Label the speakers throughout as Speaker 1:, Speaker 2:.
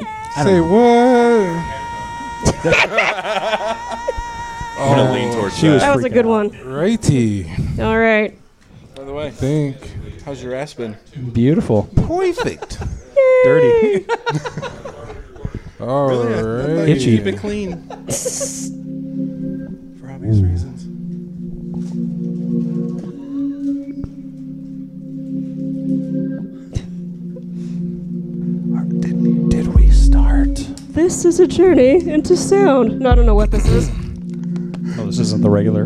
Speaker 1: I don't
Speaker 2: Say what?
Speaker 1: know.
Speaker 3: I'm gonna lean towards
Speaker 1: Oh, she
Speaker 3: that.
Speaker 1: was-
Speaker 4: That was a
Speaker 1: freaking
Speaker 4: good
Speaker 1: out.
Speaker 4: one.
Speaker 2: Righty.
Speaker 4: All right.
Speaker 5: By the way,
Speaker 2: Think.
Speaker 5: how's your ass been?
Speaker 1: Beautiful.
Speaker 2: Perfect.
Speaker 1: Dirty.
Speaker 2: All right.
Speaker 1: Itchy.
Speaker 5: Keep it clean. For obvious
Speaker 1: Mm.
Speaker 5: reasons.
Speaker 1: did, did we start?
Speaker 4: This is a journey into sound. No, I don't know what this is.
Speaker 1: Oh, this isn't the regular.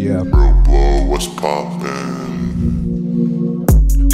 Speaker 2: Yeah.
Speaker 6: Boy, what's poppin'?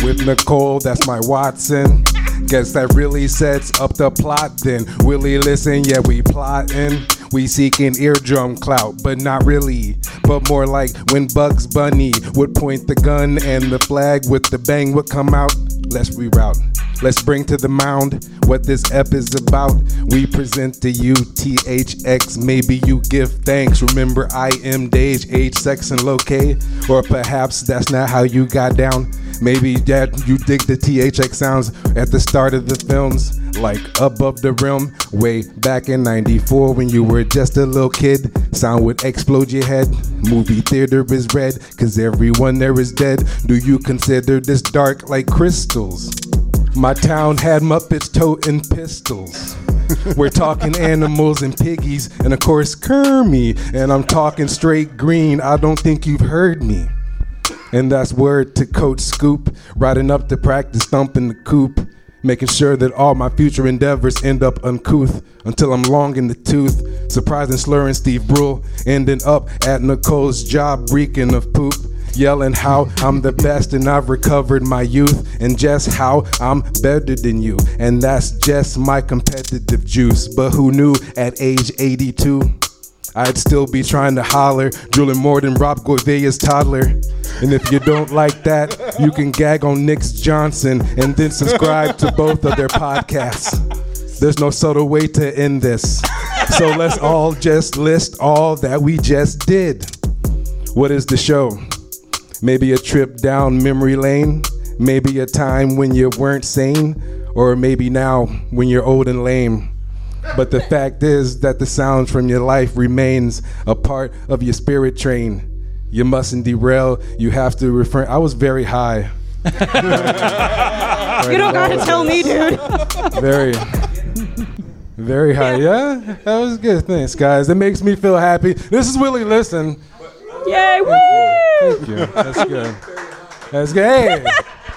Speaker 2: With Nicole, that's my Watson. Guess that really sets up the plot then. Willie, listen, yeah, we plotting. We seeking eardrum clout, but not really. But more like when Bugs Bunny would point the gun and the flag with the bang would come out. Let's reroute. Let's bring to the mound what this ep is about. We present to you THX. Maybe you give thanks. Remember, I am Dage, age, sex, and locate. Or perhaps that's not how you got down. Maybe that you dig the THX sounds at the start of the films, like Above the Rim, way back in 94 when you were just a little kid. Sound would explode your head. Movie theater is red, cause everyone there is dead. Do you consider this dark like crystals? My town had Muppets toting pistols. We're talking animals and piggies, and of course, Kermie. And I'm talking straight green. I don't think you've heard me. And that's word to Coach Scoop, riding up to practice, thumping the coop, making sure that all my future endeavors end up uncouth until I'm long in the tooth. Surprising, slurring Steve Brule, ending up at Nicole's job, reeking of poop. Yelling how I'm the best and I've recovered my youth, and just how I'm better than you. And that's just my competitive juice. But who knew at age 82? I'd still be trying to holler, drooling more than Rob Gourvea's toddler. And if you don't like that, you can gag on Nick's Johnson and then subscribe to both of their podcasts. There's no subtle way to end this. So let's all just list all that we just did. What is the show? Maybe a trip down memory lane, maybe a time when you weren't sane, or maybe now when you're old and lame. But the fact is that the sounds from your life remains a part of your spirit train. You mustn't derail. You have to refrain. I was very high,
Speaker 4: You don't gotta tell me, dude.
Speaker 2: very, very high. Yeah, that was good. Thanks, guys. That makes me feel happy. This is Willie. Listen,
Speaker 4: Yay, woo!
Speaker 2: thank you. That's good. That's good. Hey.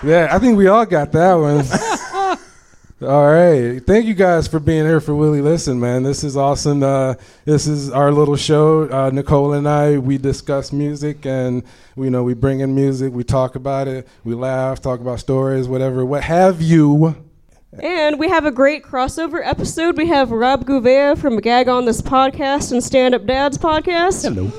Speaker 2: Yeah, I think we all got that one. All right. Thank you guys for being here for Willie Listen, man. This is awesome. Uh, this is our little show. Uh, Nicole and I, we discuss music and we know we bring in music, we talk about it, we laugh, talk about stories, whatever, what have you.
Speaker 4: And we have a great crossover episode. We have Rob Gouveia from Gag on This Podcast and Stand Up Dad's Podcast. Hello.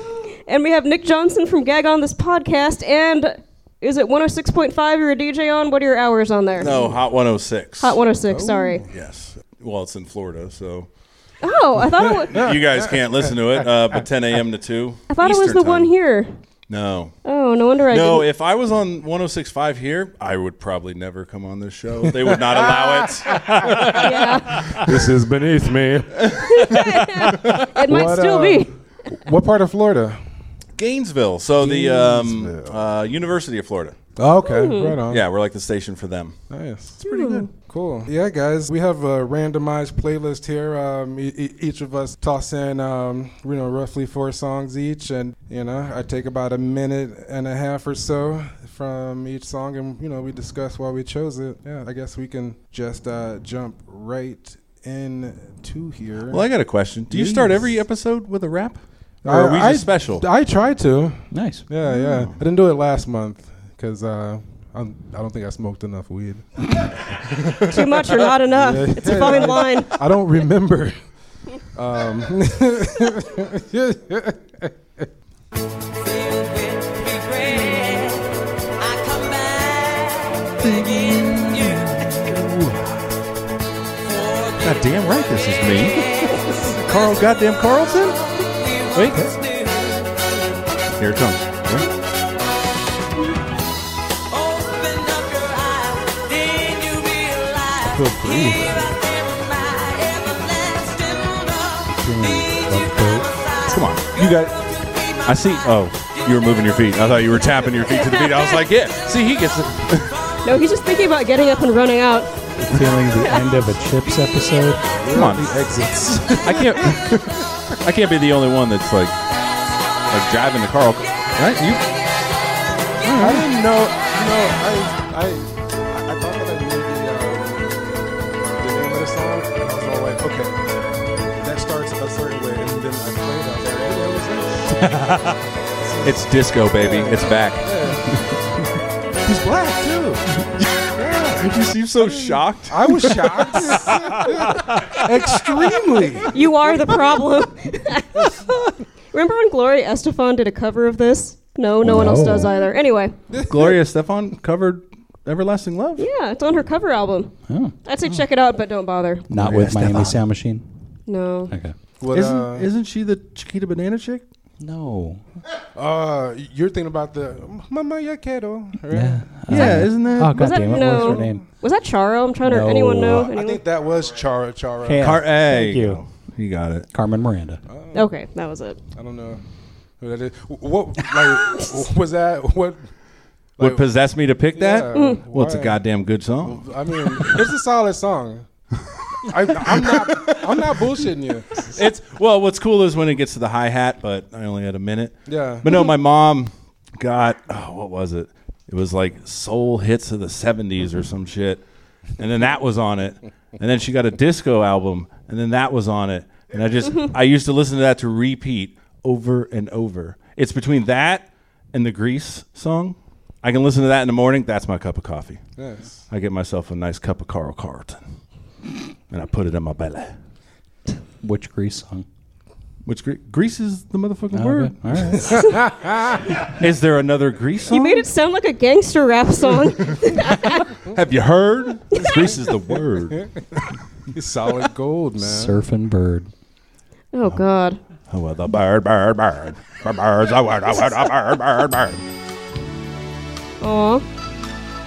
Speaker 4: And we have Nick Johnson from Gag on This Podcast. And is it 106.5 you're a DJ on? What are your hours on there?
Speaker 3: No, Oh, Hot 106.
Speaker 4: Hot 106, sorry.
Speaker 3: Yes. Well, it's in Florida, so
Speaker 4: Oh, I thought it was,
Speaker 3: you guys can't listen to it. Uh, but 10 a.m. to 2.
Speaker 4: I thought it was the one here.
Speaker 3: No.
Speaker 4: Oh, no wonder I
Speaker 3: No,
Speaker 4: didn't.
Speaker 3: if I was on 106.5 here, I would probably never come on this show. They would not allow it.
Speaker 4: yeah.
Speaker 2: This is beneath me.
Speaker 4: It might
Speaker 2: What,
Speaker 4: still
Speaker 2: uh,
Speaker 4: be.
Speaker 2: What part of Florida?
Speaker 3: Gainesville. So the um,
Speaker 2: Gainesville.
Speaker 3: uh, University of Florida.
Speaker 2: Oh, okay, right on.
Speaker 3: Yeah, we're like the station for them.
Speaker 2: Nice. It's pretty good. Cool. Yeah, guys, we have a randomized playlist here. Um, e- e- each of us toss in, um, you know, roughly four songs each, and you know, I take about a minute and a half or so from each song, and you know, we discuss why we chose it. Yeah, I guess we can just uh, jump right into here.
Speaker 3: Well, I got a question. Do you start
Speaker 2: Jeez.
Speaker 3: every episode with a rap? Or are we just
Speaker 2: Uh, I,
Speaker 3: special?
Speaker 2: I try to.
Speaker 1: Nice.
Speaker 2: Yeah, yeah. I didn't do it last month because uh, I'm- I don't think I smoked enough weed.
Speaker 4: Too much or not enough.
Speaker 2: Yeah.
Speaker 4: It's a fine line.
Speaker 2: I don't remember. um,
Speaker 3: God damn right this is me. Carl goddamn Carlson? Wait. Here it comes. Wait.
Speaker 7: Open up your eyes, then you realize.
Speaker 1: could breathe.
Speaker 3: Come on. You got. I see. Oh, you were moving your feet. I thought you were tapping your feet to the beat. I was like, yeah. See, he gets it.
Speaker 4: No, he's just thinking about getting up and running out.
Speaker 1: Feeling the end of a Chips episode.
Speaker 3: Come on.
Speaker 2: Exits.
Speaker 3: I can't. I can't be the only one that's like, like driving the car. Right? You.
Speaker 2: I didn't know. No, I, I, I thought that I knew the, uh, the name of the song. And I was all like, okay, that starts a certain way, and then I played. I was like, hey, what was this?
Speaker 3: It's disco, baby. It's back.
Speaker 2: He's black too.
Speaker 3: You seem so shocked.
Speaker 2: I was shocked. Extremely.
Speaker 4: You are the problem. Remember when Gloria Estefan did a cover of this? No, no one else
Speaker 1: No.
Speaker 4: does either. Anyway,
Speaker 3: Gloria Stefan covered "Everlasting Love."
Speaker 4: yeah, it's on her cover album.
Speaker 1: Oh.
Speaker 4: I'd say check it out, but don't bother.
Speaker 1: Not
Speaker 3: Gloria
Speaker 1: with Miami
Speaker 3: Estefan.
Speaker 1: Sound Machine.
Speaker 4: No.
Speaker 3: Okay.
Speaker 2: What,
Speaker 3: isn't
Speaker 2: uh,
Speaker 3: isn't she the Chiquita Banana chick?
Speaker 1: No.
Speaker 2: uh, you're thinking about the Mama Ya Quiero. Right?
Speaker 3: yeah, isn't that?
Speaker 1: Oh god
Speaker 4: Was that
Speaker 1: damn it!
Speaker 4: no?
Speaker 1: What's her name?
Speaker 4: Was that Charo? I'm trying to.
Speaker 1: No.
Speaker 4: Anyone know?
Speaker 1: I
Speaker 2: I
Speaker 4: Anyone?
Speaker 2: think that was Chara Chara.
Speaker 1: Hey,
Speaker 3: Car- hey. Oh.
Speaker 1: Thank you,
Speaker 3: You got it.
Speaker 1: Carmen Miranda.
Speaker 4: okay, that was it.
Speaker 2: I don't know who that is. What like was that? What?
Speaker 3: What possessed me to pick that?
Speaker 2: Yeah,
Speaker 3: Well, it's a
Speaker 2: why?
Speaker 3: goddamn good song.
Speaker 2: I mean, it's a solid song. I, I'm not. I'm not bullshitting you.
Speaker 3: It's well, what's cool is when it gets to the hi hat, but I only had a minute.
Speaker 2: Yeah.
Speaker 3: But no, my mom got oh, what was it? It was like soul hits of the '70s or some shit, and then that was on it. And then she got a disco album, and then that was on it. And I just I used to listen to that to repeat over and over. It's between that and the Grease song. I can listen to that in the morning. That's my cup of coffee.
Speaker 2: Yes.
Speaker 3: I get myself a nice cup of Carl Carlton, and I put it in my belly.
Speaker 1: Which Grease song?
Speaker 3: Which gre- Grease is the motherfucking word?
Speaker 1: Okay. All right.
Speaker 3: Is there another Grease song?
Speaker 4: You made it sound like a gangster rap song.
Speaker 3: Have you heard? Grease is the word.
Speaker 2: It's solid gold, man.
Speaker 1: Surfing Bird.
Speaker 4: oh God.
Speaker 3: Oh, well, the bird, bird, bird. The bird's a word, a word, a bird, bird, bird.
Speaker 4: Aw.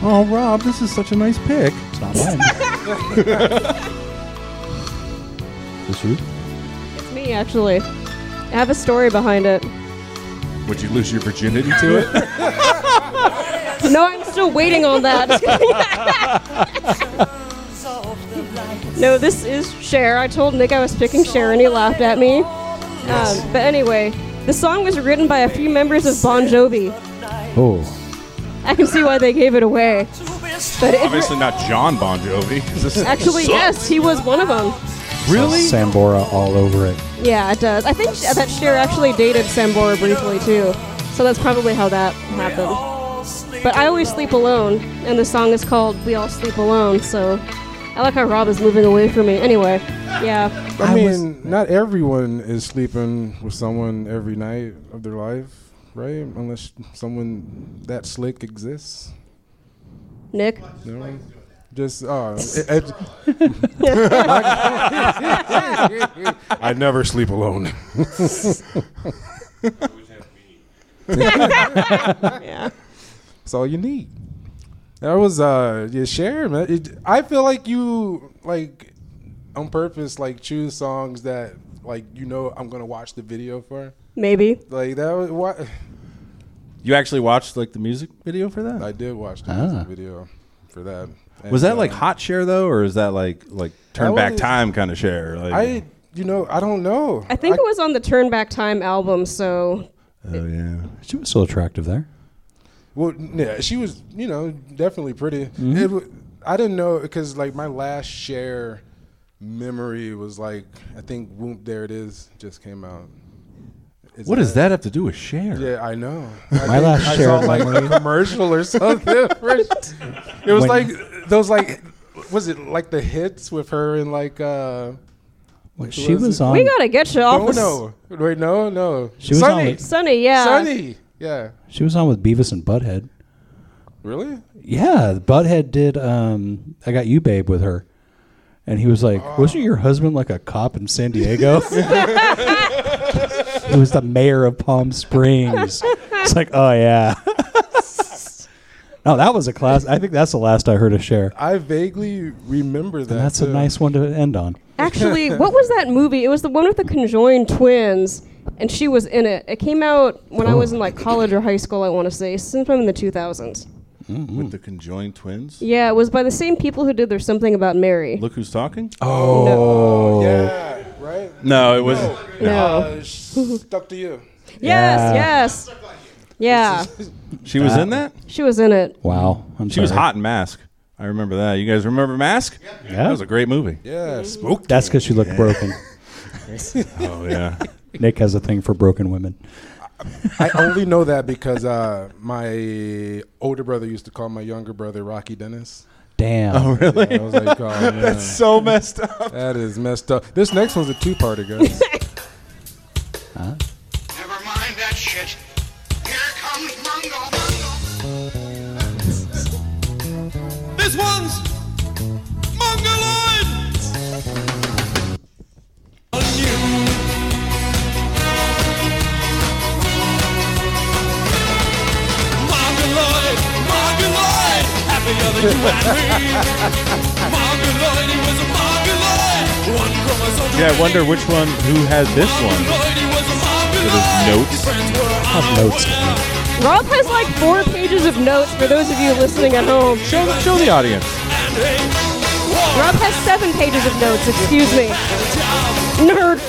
Speaker 3: Oh, Rob, this is such a nice pick.
Speaker 1: It's not mine.
Speaker 3: This you?
Speaker 4: It's me actually. I have a story behind it.
Speaker 3: Would you lose your virginity to it?
Speaker 4: No, I'm still waiting on that. Just kidding. no, this is Cher. I told Nick I was picking Cher and he laughed at me. Um, but anyway, the song was written by a few members of Bon Jovi.
Speaker 1: oh,
Speaker 4: I can see why they gave it away. But it,
Speaker 3: Obviously not John Bon Jovi. This
Speaker 4: actually,
Speaker 3: sucks.
Speaker 4: yes, he was one of them.
Speaker 3: Really?
Speaker 1: Sambora all over it.
Speaker 4: Yeah, it does. I think sh- that Cher actually dated Sambora briefly too, so that's probably how that happened. But I always sleep alone, and the song is called "We All Sleep Alone." So I like how Rob is moving away from me. Anyway, yeah,
Speaker 2: I, mean, not everyone is sleeping with someone every night of their life, right? Unless someone that slick exists.
Speaker 4: Nick.
Speaker 2: You know? Just uh, it- it- I never sleep alone.
Speaker 4: Yeah.
Speaker 2: That's all you need. That was uh yeah, share, man. It, I feel like you like on purpose like choose songs that like you know I'm gonna watch the video for.
Speaker 4: Maybe.
Speaker 2: Like that was what
Speaker 3: You actually watched like the music video for that?
Speaker 2: I did watch the
Speaker 1: Ah.
Speaker 2: video for that. And,
Speaker 3: was that like
Speaker 2: uh,
Speaker 3: hot share though, or is that like like turn back
Speaker 2: was-
Speaker 3: time kind of share? Like,
Speaker 2: I you know I don't know.
Speaker 4: I think it was on the Turn Back Time album. So
Speaker 3: oh yeah.
Speaker 1: She was so attractive there.
Speaker 2: Well, yeah, she was, you know, definitely pretty.
Speaker 3: Mm-hmm.
Speaker 2: It wa- I didn't know because like my last share memory was like I think Whoop There It Is just came out. Is
Speaker 3: What does that have to do with share?
Speaker 2: Yeah, I know. I
Speaker 1: My last
Speaker 2: I
Speaker 1: share
Speaker 2: saw
Speaker 1: of
Speaker 2: like a
Speaker 1: memory-
Speaker 2: commercial or something. first. it was
Speaker 1: When-
Speaker 2: like those like was it like the hits with her and like uh
Speaker 1: What, she
Speaker 2: was
Speaker 1: was,
Speaker 2: it?
Speaker 1: on.
Speaker 4: we gotta get you off.
Speaker 2: oh no wait no no
Speaker 1: She Um, was on
Speaker 2: Sunny
Speaker 1: with,
Speaker 4: Sunny, yeah.
Speaker 2: Sunny yeah
Speaker 1: she was on with Beavis and Butthead.
Speaker 2: really
Speaker 1: Yeah, Butthead did. Um, I got you, babe, with her, and he was like, "Wasn't your husband like a cop in San Diego?" It was the mayor of Palm Springs. It's like, oh yeah. No, that was a class. I think that's the last I heard of Cher.
Speaker 2: I vaguely remember that.
Speaker 1: That's a
Speaker 2: too.
Speaker 1: nice one to end on.
Speaker 4: Actually, what was that movie? It was the one with the conjoined twins, and she was in it. It came out when I was in like college or high school, I want to say, sometime in the 2000s.
Speaker 1: Hmm.
Speaker 3: with the conjoined twins.
Speaker 4: Yeah, it was by the same people who did There's Something About Mary.
Speaker 3: Look who's talking.
Speaker 2: Oh yeah, right.
Speaker 3: No, it wasn't.
Speaker 4: no.
Speaker 2: Uh, stuck to you.
Speaker 1: Yeah.
Speaker 4: Yes, yes. Yeah,
Speaker 3: She was in that.
Speaker 4: she was in it.
Speaker 1: Wow, I'm
Speaker 3: She was
Speaker 1: sorry.
Speaker 3: hot in Mask. I remember that. You guys remember Mask? Yeah. That was a great movie.
Speaker 2: Yeah, spooked.
Speaker 1: That's because she looked broken.
Speaker 3: Oh yeah.
Speaker 1: Nick has a thing for broken women.
Speaker 2: I only know that because uh, my older brother used to call my younger brother Rocky Dennis.
Speaker 1: Damn.
Speaker 2: Really? I was like, oh, man,
Speaker 3: so messed up.
Speaker 2: that is messed up. This next one's a two-parter, guys.
Speaker 7: Never mind that shit. Here comes Mungo. this one's Mongoloid. A new. Mongoloid, Mongoloid, happier than you and me. Mongoloid, he was a Mongoloid. One chromosome too
Speaker 3: Yeah, I
Speaker 7: many.
Speaker 3: wonder which one who has this one. notes.
Speaker 1: notes.
Speaker 4: Rob has like four pages of notes for those of you listening at home.
Speaker 3: Show, show the audience.
Speaker 4: Rob has seven pages of notes, excuse me. Nerd.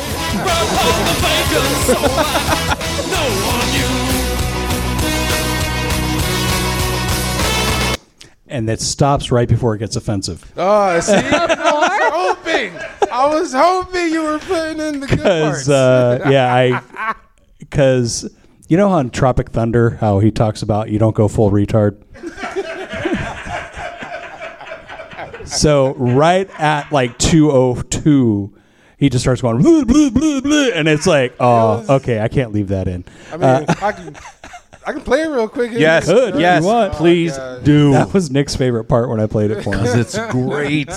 Speaker 1: And that stops right before it gets offensive.
Speaker 2: oh, see, I was hoping, I was hoping you were putting in the good parts.
Speaker 1: Because uh, yeah, I because you know how in Tropic Thunder how he talks about you don't go full retard. so right at like two oh two. He just starts going blue, blue, blue, blue, and it's like, oh, okay, I can't leave that in.
Speaker 2: I mean, I can, I can play it real quick. isn't
Speaker 3: Yes,
Speaker 2: it?
Speaker 1: Good, if
Speaker 3: yes,
Speaker 1: you want.
Speaker 3: please
Speaker 2: Oh, God.
Speaker 3: do.
Speaker 1: That was Nick's favorite part when I played it for him.
Speaker 3: it's great.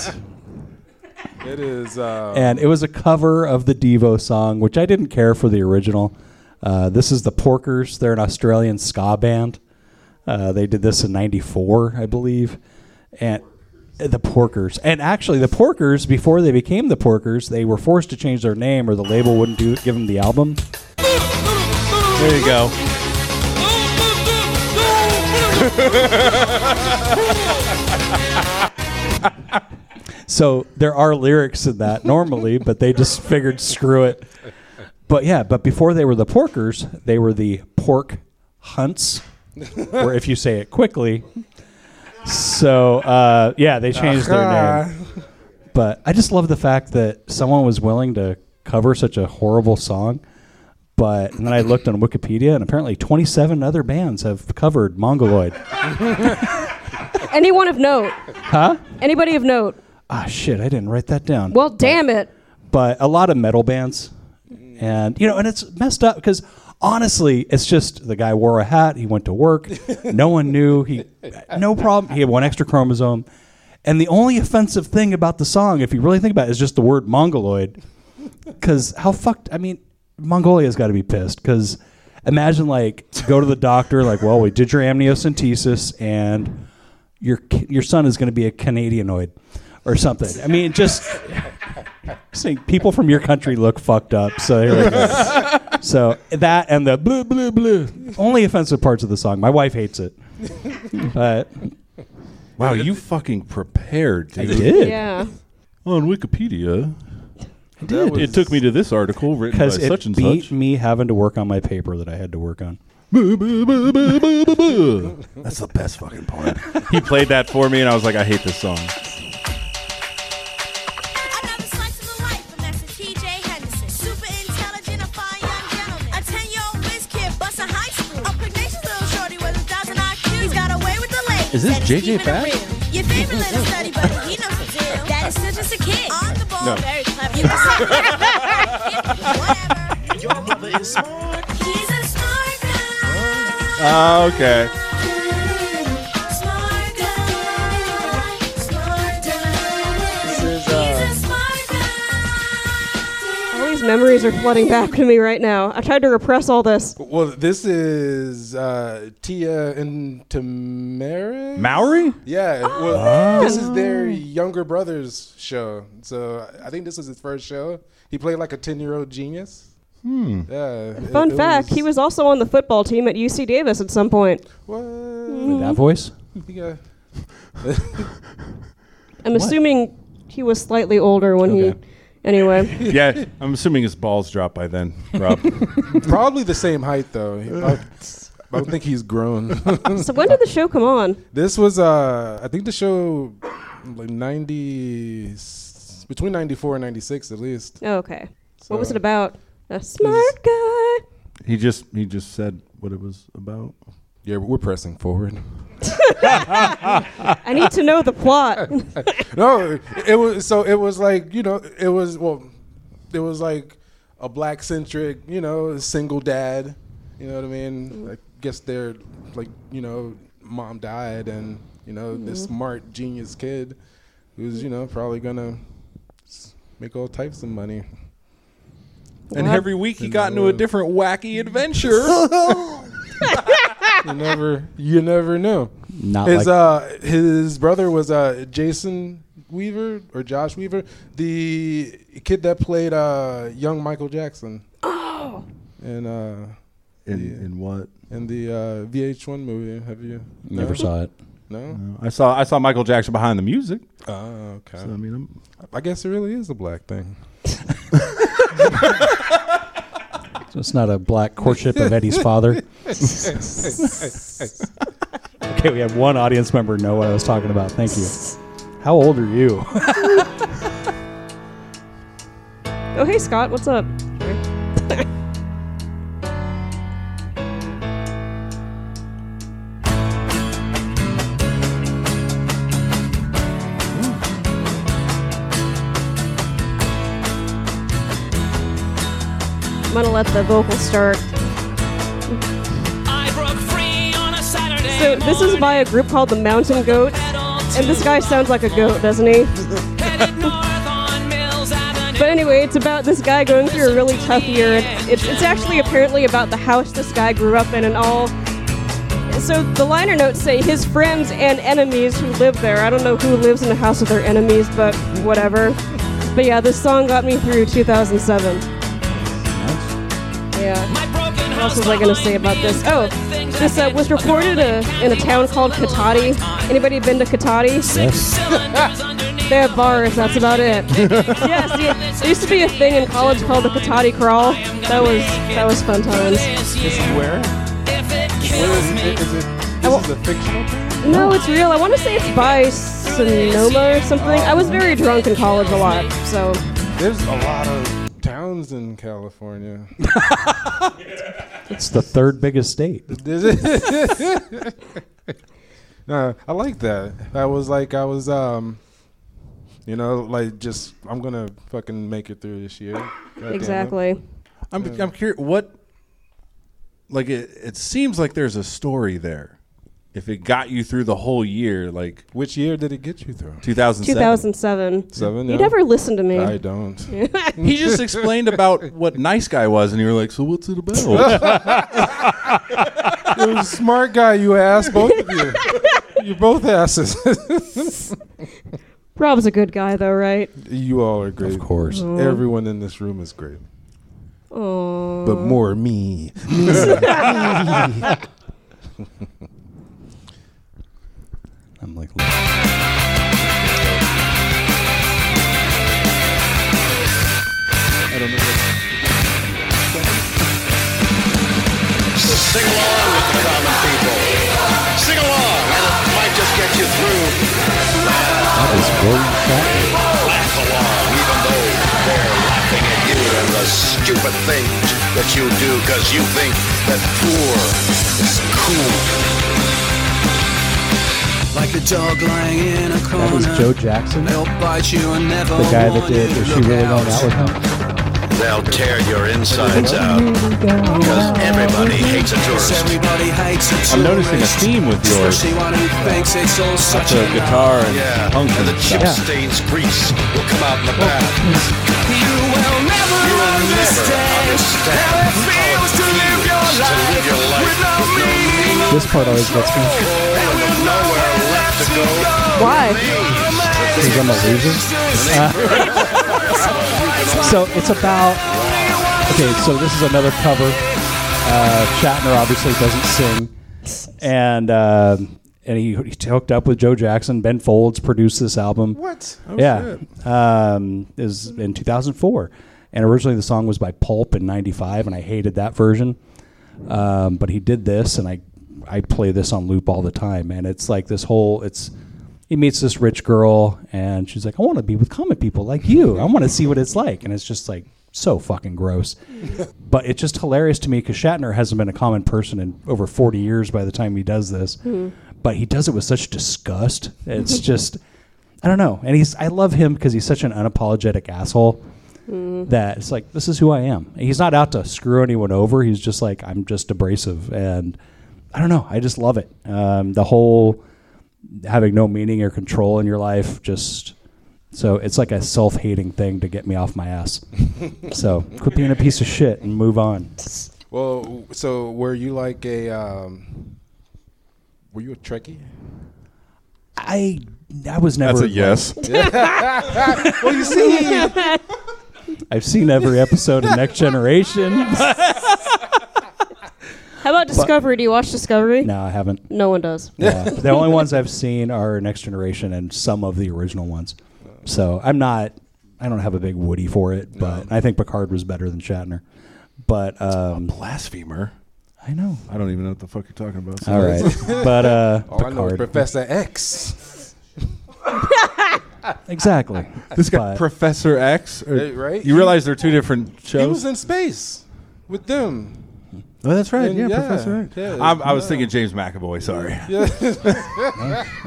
Speaker 2: it is. Uh,
Speaker 1: and it was a cover of the Devo song, which I didn't care for the original. Uh, this is the Porkers. They're an Australian ska band. Uh, they did this in '94, I believe, and uh, the Porkers. And actually, the Porkers before they became the Porkers, they were forced to change their name, or the label wouldn't do, give them the album.
Speaker 3: There you go.
Speaker 1: So there are lyrics in that normally, but they just figured screw it. But yeah, but before they were the porkers, they were the pork hunts, or if you say it quickly. So uh, yeah, they changed
Speaker 2: Uh-huh.
Speaker 1: their name. But I just love the fact that someone was willing to cover such a horrible song. But and then I looked on Wikipedia, and apparently 27 other bands have covered Mongoloid.
Speaker 4: Anyone of note? Huh? Anybody of note?
Speaker 1: Ah, shit, I didn't write that down.
Speaker 4: Well, damn it.
Speaker 1: but a lot of metal bands and you know and it's messed up because honestly it's just the guy wore a hat he went to work no one knew he no problem he had one extra chromosome and the only offensive thing about the song if you really think about it is just the word mongoloid because how fucked i mean mongolia's got to be pissed because imagine like to go to the doctor like well we did your amniocentesis and your your son is going to be a canadianoid or something i mean just See, people from your country look fucked up. So here we go. so that and the blue, blue, blue. Only offensive parts of the song. My wife hates it. But
Speaker 3: Wow, you fucking prepared, dude.
Speaker 1: did.
Speaker 4: Yeah.
Speaker 3: On Wikipedia,
Speaker 1: I did.
Speaker 3: it took me to this article written by
Speaker 1: because it
Speaker 3: such and
Speaker 1: beat
Speaker 3: such.
Speaker 1: me having to work on my paper that I had to work on.
Speaker 3: Boo, boo, boo, boo, boo, boo, boo. That's the best fucking part. he played that for me, and I was like, I hate this song.
Speaker 8: Another slice of the life, and that's a TJ Henderson. Super intelligent, a fine young gentleman. A 10 year old whiz kid, busting high school. A pugnacious little shorty with a thousand IQ. He's got away with the ladies.
Speaker 3: Is this
Speaker 8: and
Speaker 3: JJ
Speaker 8: he's keeping it
Speaker 3: Back?
Speaker 8: real. Your favorite little study buddy, he knows the deal. That is still just a kid. On the ball,
Speaker 3: No.
Speaker 8: very clever. You can say whatever. Your brother is smart. He's a smart
Speaker 3: Uh,
Speaker 8: guy.
Speaker 1: Oh,
Speaker 3: okay.
Speaker 8: Smart guy.
Speaker 3: uh,
Speaker 8: Smart guy. He's a smart guy.
Speaker 4: Always These memories are flooding back to me right now. I tried to repress all this.
Speaker 2: Well, this is uh, Tia and Tamara.
Speaker 3: Maori?
Speaker 2: yeah, well, this is their younger brother's show. So I think this was his first show. He played like a ten-year-old genius. Hmm. Yeah.
Speaker 4: Fun fact, he was also on the football team at UC Davis at some point.
Speaker 2: What?
Speaker 1: That voice?
Speaker 2: Yeah.
Speaker 4: I'm assuming he was slightly older when
Speaker 1: Okay.
Speaker 4: he. Anyway,
Speaker 3: Yeah, I'm assuming his balls dropped by then, Rob.
Speaker 2: Probably the same height though. He- I, I don't think he's grown.
Speaker 4: so when did the show come on?
Speaker 2: this was uh, I think the show like ninety between ninety four and ninety six at least.
Speaker 4: Oh, okay.
Speaker 2: So-
Speaker 4: What was it about? A smart guy.
Speaker 3: he just he just said what it was about.
Speaker 2: Yeah, we're pressing forward.
Speaker 4: I need to know the plot.
Speaker 2: No, it was so it was like you know it was well, it was like a black centric you know single dad. You know what I mean? I guess they're like you know mom died and you know this smart genius kid who's you know probably gonna s- make all types of money.
Speaker 3: And
Speaker 4: What?
Speaker 3: every week he got into a different wacky adventure.
Speaker 2: You never you never know.
Speaker 1: Not
Speaker 2: His
Speaker 1: like
Speaker 2: uh his brother was uh Jason Weaver or Josh Weaver, the kid that played uh young Michael Jackson. Oh. And uh
Speaker 3: in, in what?
Speaker 2: in the uh VH1 movie, have you no?
Speaker 1: never saw it.
Speaker 2: No.
Speaker 3: I saw I saw Michael Jackson behind the music.
Speaker 2: Oh, okay.
Speaker 3: I mean, I'm,
Speaker 2: I guess it really is a black thing.
Speaker 1: So it's not a black courtship of Eddie's father. okay, we have one audience member know what I was talking about. Thank you. How old are you?
Speaker 4: oh, hey, Scott, what's up? I'm gonna let the vocals start.
Speaker 7: I broke free on a Saturday.
Speaker 4: So this is by a group called the Mountain Goats, and this guy sounds like a goat, doesn't he? But anyway, it's about this guy going through a really tough year. It's, it's actually apparently about the house this guy grew up in and all. So the liner notes say his friends and enemies who live there. I don't know who lives in the house with their enemies, but whatever. But yeah, this song got me through 2007. Yeah. What else was I gonna say about this? Oh, this uh, was reported uh, in a town called Katati. Anybody been to Katati? They have bars. That's about it. yes, yeah, there used to be a thing in college called the Katati Crawl. That was that was fun times.
Speaker 2: This is where? Where is it? Is it this is a fictional thing?
Speaker 4: No, it's real. I want to say it's by Sonoma or something. I was very drunk in college a lot, so
Speaker 2: There's a lot of towns in California.
Speaker 1: It's the third biggest state.
Speaker 2: Is it? no, I like that. That was like I was um you know, like just I'm gonna fucking make it through this year. God damn it.
Speaker 4: exactly.
Speaker 3: I'm, I'm curious what. Like it, it seems like there's a story there. If it got you through the whole year, like
Speaker 2: Which year did it get you through?
Speaker 3: 2007.
Speaker 4: 2007.
Speaker 2: Seven.
Speaker 4: You
Speaker 2: yeah.
Speaker 4: never listen to me.
Speaker 2: I don't.
Speaker 3: He just explained about what nice guy was, and you were like, "So what's it about?"
Speaker 2: it was smart guy, you ass, both of you. you both asses.
Speaker 4: Rob's a good guy though, right?
Speaker 2: you all are great.
Speaker 1: Of course.
Speaker 2: Everyone in this room is great.
Speaker 4: Aww.
Speaker 2: But more me.
Speaker 1: I'm like,
Speaker 9: So sing along with the common people. Sing along, and it might just get you through. Laugh along, even though they're laughing at you and the stupid things that you do because you think that poor is cool.
Speaker 7: Like the dog lying in a
Speaker 1: that is Joe Jackson, the
Speaker 7: They'll bite you and never
Speaker 1: guy that did Is She Really Going Out With Him?
Speaker 9: They'll tear your insides out because everybody hates a tourist.
Speaker 7: Everybody hates a
Speaker 3: I'm noticing a theme with yours.
Speaker 7: one who thinks it's all such
Speaker 3: The guitar and
Speaker 9: Yeah,
Speaker 3: punk
Speaker 9: and
Speaker 3: and
Speaker 9: the chip
Speaker 3: stuff.
Speaker 9: stains grease will come out in the bath.
Speaker 7: You will never
Speaker 9: You will never understand how it feels to live your life, with no meaning, no
Speaker 1: This part always gets me
Speaker 9: and with nowhere left to go.
Speaker 4: Why?
Speaker 1: because I'm a loser. Uh, so it's about okay. So this is another cover. Uh, Shatner obviously doesn't sing, and uh, and he, he hooked up with Joe Jackson. Ben Folds produced this album.
Speaker 2: What?
Speaker 1: yeah, um, is in 2004, and originally the song was by Pulp in '95, and I hated that version. Um, but he did this, and I I play this on loop all the time, and it's like this whole it's he meets this rich girl, and she's like, I want to be with common people like you. I want to see what it's like, and it's just like so fucking gross. but it's just hilarious to me because Shatner hasn't been a common person in over 40 years by the time he does this. But he does it with such disgust. It's just. I don't know. And he's I love him because he's such an unapologetic asshole that it's like this is who I am. And he's not out to screw anyone over. He's just like I'm just abrasive and I don't know. I just love it. Um, the whole having no meaning or control in your life just so it's like a self-hating thing to get me off my ass. so quit being a piece of shit and move on.
Speaker 2: Well, so were you like a um, were you a Trekkie?
Speaker 1: I I was never.
Speaker 3: That's a yes.
Speaker 2: Well, you see,
Speaker 1: I've seen every episode of Next Generation.
Speaker 4: How about Discovery? Do you watch Discovery?
Speaker 1: no, I haven't.
Speaker 4: No one does.
Speaker 1: Yeah. the only ones I've seen are Next Generation and some of the original ones. So I'm not, I don't have a big Woody for it, but I think Picard was better than Shatner. But um,
Speaker 3: Blasphemer.
Speaker 1: I know.
Speaker 3: I don't even know what the fuck you're talking about.
Speaker 1: All right. but uh,
Speaker 2: all Oh, I know is
Speaker 1: Picard.
Speaker 2: Professor X,
Speaker 1: exactly.
Speaker 3: This guy,
Speaker 1: But-
Speaker 3: Professor X, or-
Speaker 2: Hey, right?
Speaker 3: You realize they're two different
Speaker 2: he
Speaker 3: shows.
Speaker 2: was in space with them.
Speaker 3: oh, that's right.
Speaker 2: in-
Speaker 3: Yeah,
Speaker 2: yeah,
Speaker 3: Professor X.
Speaker 2: yeah.
Speaker 3: I'm- I was thinking James McAvoy. Sorry.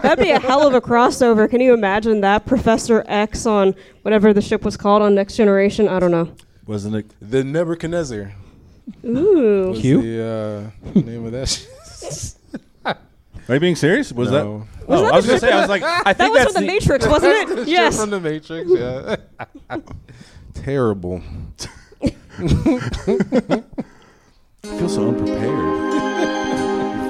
Speaker 4: That'd be a hell of a crossover. Can you imagine that? Professor X on whatever the ship was called on Next Generation? I don't know.
Speaker 3: Wasn't it?
Speaker 2: The Nebuchadnezzar.
Speaker 4: Ooh.
Speaker 1: Q?
Speaker 2: The uh, name of that. shit.
Speaker 3: Are you being serious? Was
Speaker 2: No.
Speaker 3: that? Oh, I was gonna say. I was like, I
Speaker 4: That
Speaker 3: think
Speaker 4: was
Speaker 3: that's
Speaker 4: from The
Speaker 3: the-
Speaker 4: Matrix, wasn't it? yes.
Speaker 2: From the Matrix. Yeah. Terrible.
Speaker 3: I feel so unprepared.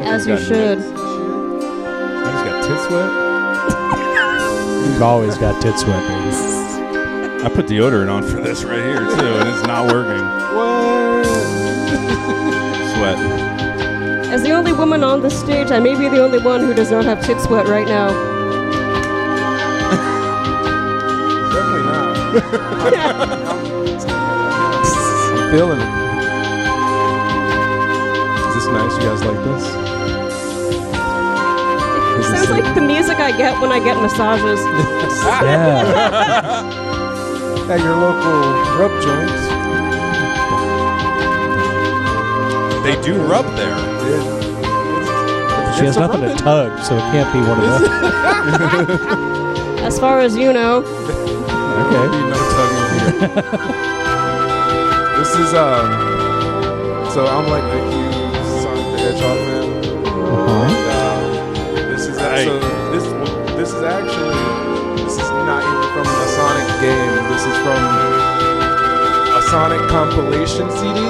Speaker 4: As you
Speaker 3: Got it.
Speaker 4: should.
Speaker 2: I just got tit sweat.
Speaker 1: You've always got tit sweat, baby.
Speaker 3: I put deodorant on for this right here too, and it's not working.
Speaker 2: What?
Speaker 3: Sweat.
Speaker 4: As the only woman on the stage, I may be the only one who does not have tit sweat right now.
Speaker 2: Definitely not. I'm feeling it. Is this nice? You guys like this?
Speaker 4: It sounds like the music I get when I get massages.
Speaker 1: Yeah.
Speaker 2: At your local rub joints.
Speaker 3: They do rub there.
Speaker 2: Yeah.
Speaker 1: she has
Speaker 2: a
Speaker 1: nothing to
Speaker 2: rubbing.
Speaker 1: tug, so it can't be one of those.
Speaker 4: As far as you know,
Speaker 1: Okay.
Speaker 2: No tugging here. this is um. So I'm like a huge Sonic the Hedgehog fan. And, um, this is actually this this is actually this is not even from a Sonic game. This is from a Sonic compilation CD.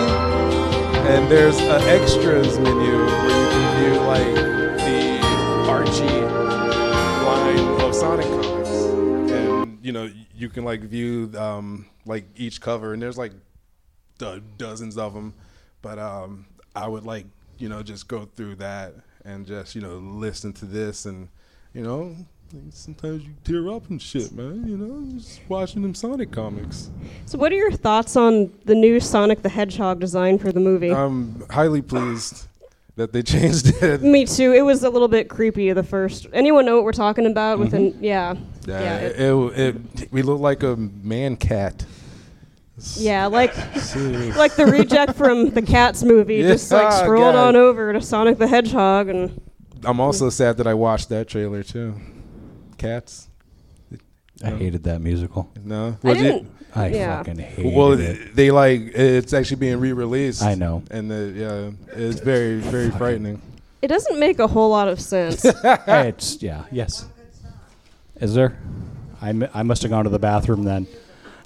Speaker 2: And there's an extras menu where you can view like the Archie line of Sonic comics, and you know you can like view um, like each cover, and there's like do- dozens of them. But um, I would like you know just go through that and just you know listen to this, and you know sometimes you tear up and shit, man. You know just watching them Sonic comics.
Speaker 4: so what are your thoughts on the new Sonic the Hedgehog design for the movie?
Speaker 2: I'm highly pleased that they changed it.
Speaker 4: Me too. It was a little bit creepy the first. Anyone know what we're talking about? Within yeah,
Speaker 2: Uh,
Speaker 4: yeah, it-
Speaker 2: it, it, we look like a man cat.
Speaker 4: yeah, like like the reject from the Cats movie, just like
Speaker 2: Yeah, Oh,
Speaker 4: scrolled
Speaker 2: God.
Speaker 4: on over to Sonic the Hedgehog, and
Speaker 2: I'm also sad that I watched that trailer too. Cats?
Speaker 1: I hated that musical.
Speaker 2: No.
Speaker 4: I didn't.
Speaker 1: I
Speaker 4: Yeah.
Speaker 1: fucking hated
Speaker 2: Well,
Speaker 1: it.
Speaker 2: they like it's actually being re-released.
Speaker 1: I know.
Speaker 2: And the, yeah, it's very very frightening.
Speaker 4: It doesn't make a whole lot of sense.
Speaker 1: Hey, it's yeah. Yes. Is there? I, m- I must have gone to the bathroom then.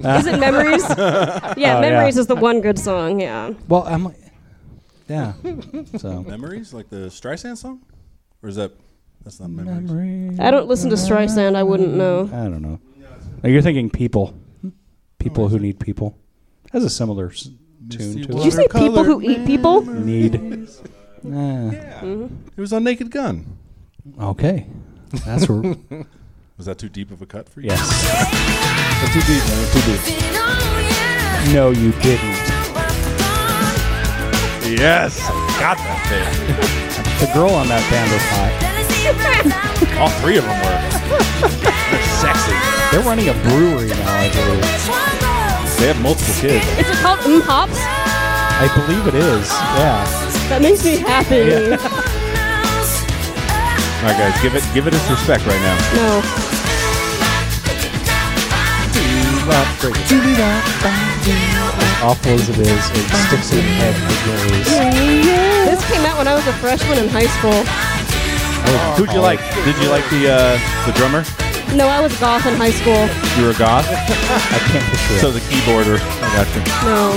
Speaker 4: Is it Memories? yeah,
Speaker 1: Oh,
Speaker 4: Memories is the one good song. Yeah.
Speaker 1: Well, I'm like, yeah. So
Speaker 3: Memories, like the Streisand song, or is that that's not memories?
Speaker 1: memories.
Speaker 4: I don't listen to Streisand. I wouldn't know.
Speaker 1: I don't know. No, you're thinking people, people who need people. Has a similar s- tune to
Speaker 4: Did you
Speaker 1: it.
Speaker 4: say people who eat people?
Speaker 1: Need. Nah.
Speaker 3: It was on Naked Gun.
Speaker 1: Okay. That's r-
Speaker 3: Was that too deep of a cut for you?
Speaker 1: yes.
Speaker 2: That's too deep, man. Too deep.
Speaker 1: No, you didn't.
Speaker 3: Yes, got that thing.
Speaker 1: The girl on that band was hot.
Speaker 3: All three of them were. They're sexy.
Speaker 1: They're running a brewery now. I believe.
Speaker 3: They have multiple kids.
Speaker 4: Is it called Mm Hops?
Speaker 1: I believe it is. Yeah.
Speaker 4: That makes me happy.
Speaker 3: All right, guys, give it give it its respect right now.
Speaker 4: No.
Speaker 1: Awful as it is, it sticks in your head for days.
Speaker 4: This came out when I was a freshman in high school.
Speaker 3: Who'd you like? Did you like the uh, the drummer?
Speaker 4: No, I was goth in high school.
Speaker 3: You were a goth.
Speaker 1: I can't picture it.
Speaker 3: So the keyboarder. I got you.
Speaker 4: No.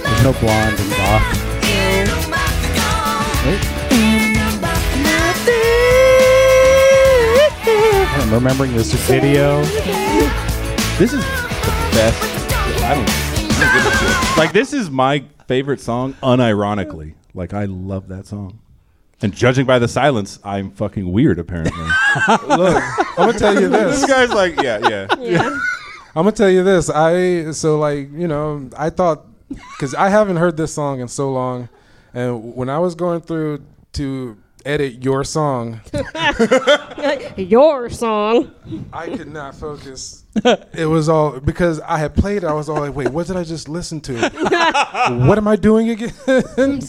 Speaker 1: There's no blonde and goth. I'm remembering this video.
Speaker 3: This is the best. I don't. I don't give a shit. Like this is my favorite song, unironically. Like I love that song. And judging by the silence, I'm fucking weird apparently.
Speaker 2: Look, I'm gonna tell you this.
Speaker 3: guy's like, yeah, yeah.
Speaker 4: Yeah.
Speaker 2: I'm gonna tell you this. I so like you know I thought because I haven't heard this song in so long, and when I was going through to edit your song,
Speaker 4: Your song.
Speaker 2: I could not focus. It was all because I had played. it, I was all like, wait, what did I just listen to? what am I doing again?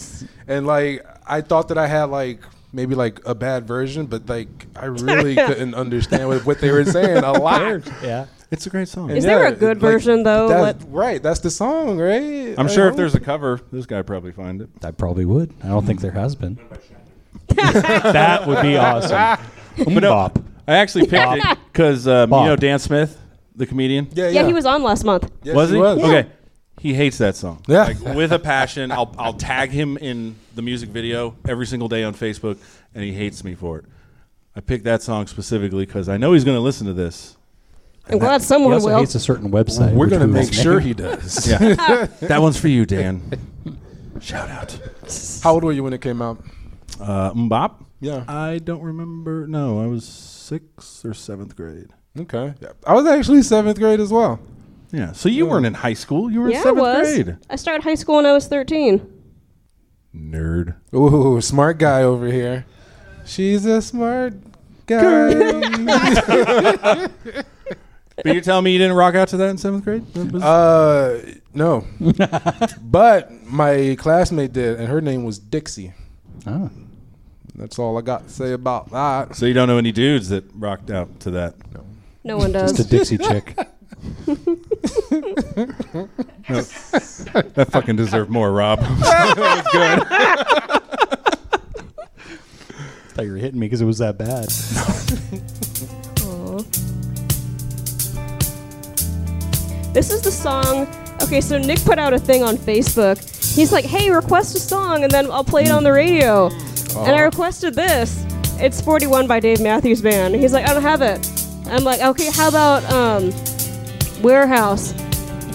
Speaker 2: and like I thought that I had like maybe like a bad version, but like I really couldn't understand what, what they were saying a lot.
Speaker 1: Yeah.
Speaker 3: It's a great song.
Speaker 4: Is there a good version, though?
Speaker 2: that's-
Speaker 4: What-
Speaker 2: right, that's the song, right?
Speaker 3: I'm
Speaker 2: I
Speaker 3: sure if
Speaker 2: hope.
Speaker 3: there's a cover, this guy would probably find it.
Speaker 1: I probably would. I don't think there has been. that would be awesome. Bop.
Speaker 3: I actually picked it because um, you
Speaker 1: Bob.
Speaker 3: know Dan Smith, the comedian.
Speaker 2: yeah,
Speaker 4: Yeah, he was on last month.
Speaker 2: Yes,
Speaker 3: was he?
Speaker 2: Was.
Speaker 3: Okay. He hates that song.
Speaker 2: Yeah.
Speaker 3: Like, with a passion. I'll, I'll tag him in the music video every single day on Facebook, and he hates me for it. I picked that song specifically because I know he's going to listen to this.
Speaker 4: I'm glad
Speaker 1: He
Speaker 4: someone
Speaker 1: also
Speaker 4: will.
Speaker 1: hates a certain website.
Speaker 2: We're
Speaker 1: which
Speaker 2: gonna
Speaker 1: we
Speaker 2: make
Speaker 1: won't
Speaker 2: sure
Speaker 1: name.
Speaker 2: he does.
Speaker 3: Yeah. that one's for you, Dan. Shout out.
Speaker 2: How old were you when it came out?
Speaker 3: Uh, Mbop?
Speaker 2: Yeah.
Speaker 3: I don't remember. No, I was sixth or seventh grade.
Speaker 2: Okay. Yeah. I was actually seventh grade as well.
Speaker 3: Yeah. So you weren't in high school. You were
Speaker 4: yeah,
Speaker 3: in
Speaker 4: I
Speaker 3: seventh
Speaker 4: was.
Speaker 3: grade.
Speaker 4: I started high school when I was 13.
Speaker 3: Nerd.
Speaker 2: Ooh, smart guy over here. She's a smart guy.
Speaker 3: But you're telling me you didn't rock out to that in seventh grade? That was-
Speaker 2: uh, no. but my classmate did, and her name was Dixie.
Speaker 1: Ah.
Speaker 2: That's all I got to say about that.
Speaker 3: so you don't know any dudes that rocked out to that?
Speaker 4: No one does.
Speaker 1: The Dixie chick.
Speaker 3: That fucking deserved more, Rob.
Speaker 1: thought you were hitting me because it was that bad.
Speaker 4: This is the song. Okay, so Nick put out a thing on Facebook. He's like, "Hey, request a song, and then I'll play it on the radio." And I requested this. It's 41 by Dave Matthews Band. He's like, "I don't have it." I'm like, "Okay, how about um, Warehouse?"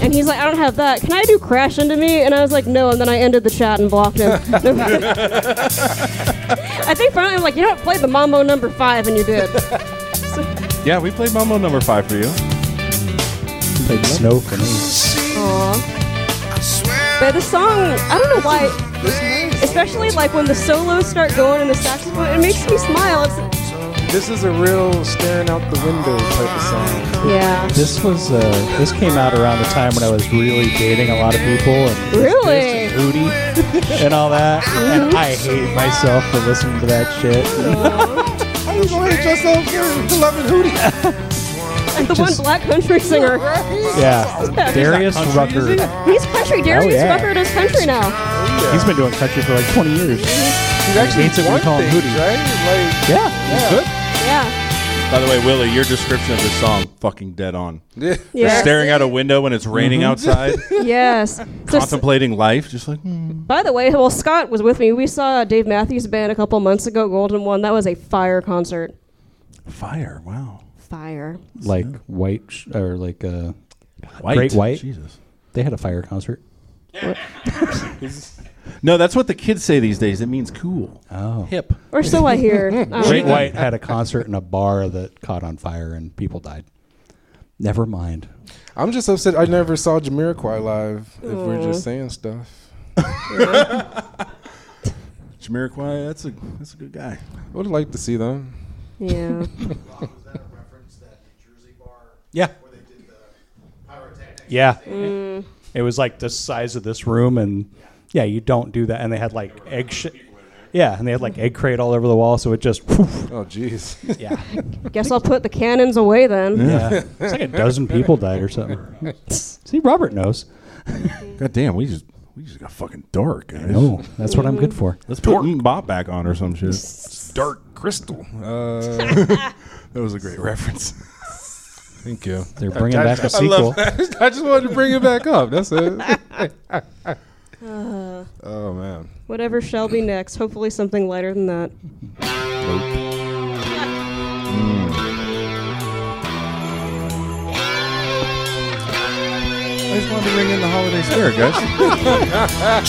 Speaker 4: And he's like, "I don't have that. Can I do Crash Into Me?" And I was like, "No." And then I ended the chat and blocked him. I think finally I'm like, "You know what? Play the Mambo number five, and you did.
Speaker 3: yeah, we played Mambo number five for you.
Speaker 1: Played snow for me.
Speaker 4: Aw. But the song, I don't know why. Especially like when the solos start going and the saxophone, it makes me smile. It's,
Speaker 2: This is a real staring out the window type of song.
Speaker 4: yeah.
Speaker 1: This was uh, this came out around the time when I was really dating a lot of people and
Speaker 4: Really?
Speaker 1: booty and all that, and I hated myself for listening to that shit.
Speaker 2: How you gonna hate yourself for loving Hootie?
Speaker 4: Like the one black country singer.
Speaker 1: Yeah, Darius Rucker.
Speaker 4: He's country. Darius
Speaker 1: yeah.
Speaker 4: Rucker does country now.
Speaker 1: He's been doing country for like 20 years.
Speaker 2: He's actually
Speaker 1: hates it when we
Speaker 2: one
Speaker 1: call him
Speaker 2: thing,
Speaker 1: Hootie.
Speaker 2: right? Like,
Speaker 1: Yeah, he's good.
Speaker 4: Yeah.
Speaker 3: By the way, Willie, your description of this song fucking dead on.
Speaker 4: Yes.
Speaker 3: Staring out a window when it's raining outside,
Speaker 4: Yes. So, s-
Speaker 3: contemplating life, just like hmm.
Speaker 4: by the way, well, Scott was with me. We saw Dave Matthews Band a couple months ago, Golden One. That was a fire concert.
Speaker 3: fire. Wow,
Speaker 4: Fire.
Speaker 1: like white sh- or like uh,
Speaker 3: white,
Speaker 1: Great White.
Speaker 3: Jesus.
Speaker 1: they had a fire concert.
Speaker 3: No, that's what the kids say these days. It means cool,
Speaker 1: Oh.
Speaker 3: hip.
Speaker 4: Or so I hear. Um, I don't
Speaker 1: Great
Speaker 4: know.
Speaker 1: White had a concert in a bar that caught on fire and people died. Never mind.
Speaker 2: I'm just upset I never saw Jamiroquai live. If we're just saying stuff.
Speaker 3: Jamiroquai, that's a that's a good guy.
Speaker 2: I would like to see them.
Speaker 4: Yeah.
Speaker 1: Yeah. Yeah. It was like the size of this room, and yeah, you don't do that. And they had like egg shit. Yeah, and they had like egg crate all over the wall, so it just. Woof,
Speaker 2: Oh, jeez.
Speaker 1: yeah.
Speaker 4: Guess I'll put the cannons away then.
Speaker 1: Yeah. It's like a dozen people died or something. See, Robert knows.
Speaker 3: God damn, we just we just got fucking dark. Guys.
Speaker 1: No, that's what I'm good for.
Speaker 3: Let's put Meat Bop back on or some shit.
Speaker 2: Dark Crystal. Uh,
Speaker 3: That was a great reference.
Speaker 2: thank you.
Speaker 1: They're bringing back a sequel.
Speaker 2: I just wanted to bring it back up. That's it. oh man.
Speaker 4: Whatever shall be next. Hopefully something lighter than that.
Speaker 3: I just wanted to bring in the holiday spirit, guys.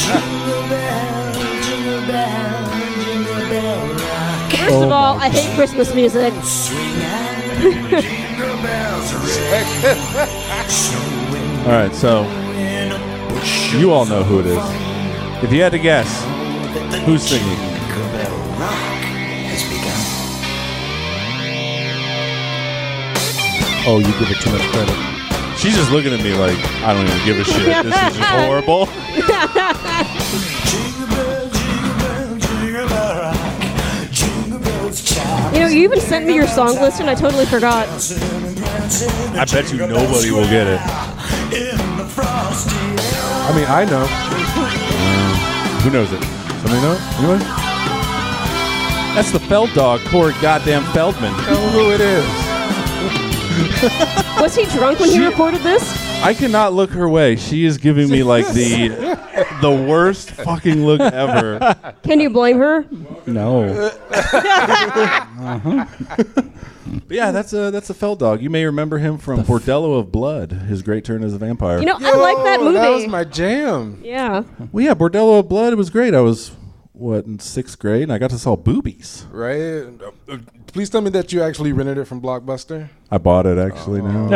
Speaker 4: First of all, I hate Christmas music.
Speaker 3: all right, so you all know who it is. If you had to guess, who's singing?
Speaker 1: Oh, you give it too much credit.
Speaker 3: She's just looking at me like I don't even give a shit. This is just horrible.
Speaker 4: You know, you even sent me your song list and I totally forgot.
Speaker 3: I bet you nobody will get it.
Speaker 2: I mean, I know.
Speaker 3: Who knows it? Somebody know? it? Anyone? That's the Feld dog, Corey goddamn Feldman.
Speaker 2: I know who it is.
Speaker 4: Was he drunk when he recorded this?
Speaker 3: I cannot look her way. She is giving me like the the worst fucking look ever.
Speaker 4: Can you blame her?
Speaker 1: No.
Speaker 3: But yeah, that's a that's a Feld dog. You may remember him from Bordello of Blood, his great turn as a vampire.
Speaker 4: You know, I like that
Speaker 2: Oh,
Speaker 4: movie.
Speaker 2: That was my jam.
Speaker 4: yeah.
Speaker 3: well, yeah, Bordello of Blood. It was great. I was what in sixth grade, and I got to saw boobies.
Speaker 2: Right? Uh, uh, Please tell me that you actually rented it from Blockbuster.
Speaker 3: I bought it actually. now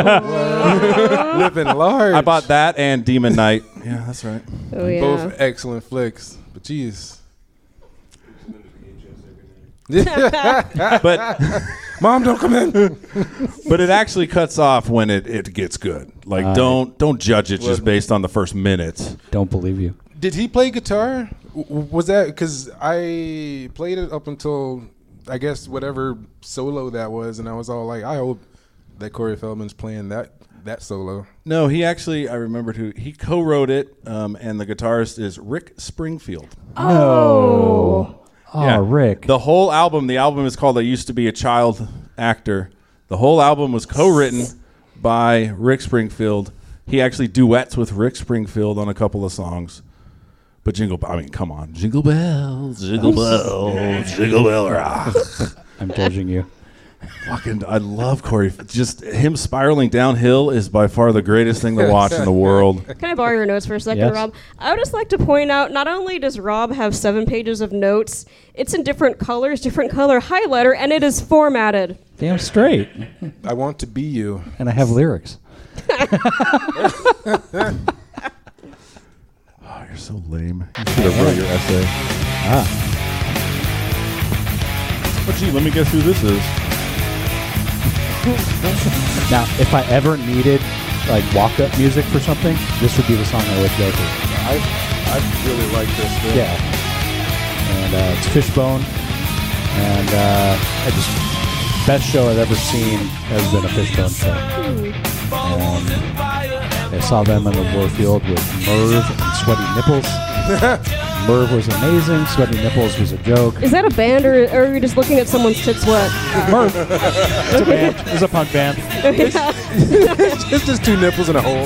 Speaker 2: Living large.
Speaker 3: Oh. I bought that and Demon Knight. Yeah, that's right.
Speaker 4: Oh yeah.
Speaker 2: both excellent flicks. But jeez.
Speaker 3: But
Speaker 2: Mom, don't come in.
Speaker 3: but it actually cuts off when it, it gets good. Like don't don't judge it just based on the first minute.
Speaker 1: Don't believe you.
Speaker 2: Did he play guitar? W- w- Was that because I played it up until I guess whatever solo that was, and I was all like, I hope that Corey Feldman's playing that that solo.
Speaker 3: No, he actually I remembered who he co-wrote it, um, and the guitarist is Rick Springfield.
Speaker 1: No. Oh,
Speaker 3: Yeah.
Speaker 1: Rick.
Speaker 3: The whole album, the album is called "I Used to Be a Child Actor." The whole album was co-written by Rick Springfield. He actually duets with Rick Springfield on a couple of songs. But jingle, Bell- I mean, come on, jingle bells, jingle bells, jingle bell rock.
Speaker 1: I'm judging you.
Speaker 3: Fucking, I love Corey. Just him spiraling downhill is by far the greatest thing to watch in the world.
Speaker 4: Can I borrow your notes for a second,
Speaker 1: Yes.
Speaker 4: Rob? I would just like to point out not only does Rob have seven pages of notes, it's in different colors, different color highlighter, and it is formatted.
Speaker 1: Damn straight.
Speaker 2: I want to be you.
Speaker 1: And I have lyrics.
Speaker 3: Oh, you're so lame. You should have wrote your essay. Ah. But Oh, gee, let me guess who this is.
Speaker 1: Now, if I ever needed like walk up music for something, this would be the song I would go to.
Speaker 2: I I really like this. Film.
Speaker 1: Yeah. And uh, it's Fishbone. And uh, I just best show I've ever seen has been a Fishbone show. Um, I saw them in the Warfield with Merv and Sweaty Nipples. Merv was amazing. Sweaty nipples was a joke.
Speaker 4: Is that a band or, or are you just looking at someone's tits wet?
Speaker 1: Merv, it's a band. It's a punk band.
Speaker 2: It's just two nipples and a hole.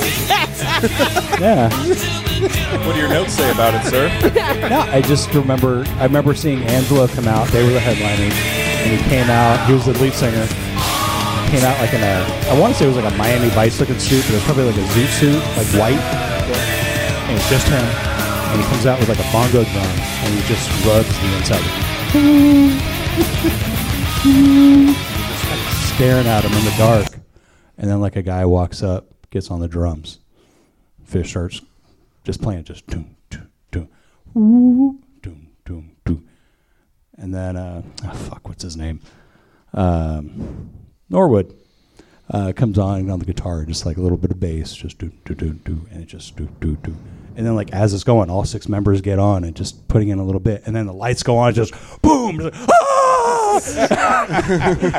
Speaker 1: Yeah.
Speaker 7: What do your notes say about it, sir?
Speaker 1: No, I just remember. I remember seeing Angelo come out. They were the headliners, and he came out. He was the lead singer. Came out like in a. I want to say it was like a Miami Vice looking suit, but it was probably like a zoot suit, like white. And it's just him. And he comes out with like a bongo drum, and he just rubs the inside. Just like staring at him in the dark, and then like a guy walks up, gets on the drums. Fish starts just playing, just doom, doom, doom doom, doom, doom. And then, uh, ah, fuck, what's his name? Um, Norwood uh, comes on on the guitar, just like a little bit of bass, just do, do, do, do, and it just do, do, do. And then, like, as it's going, all six members get on and just putting in a little bit. And then the lights go on, just boom. just, "Ah!"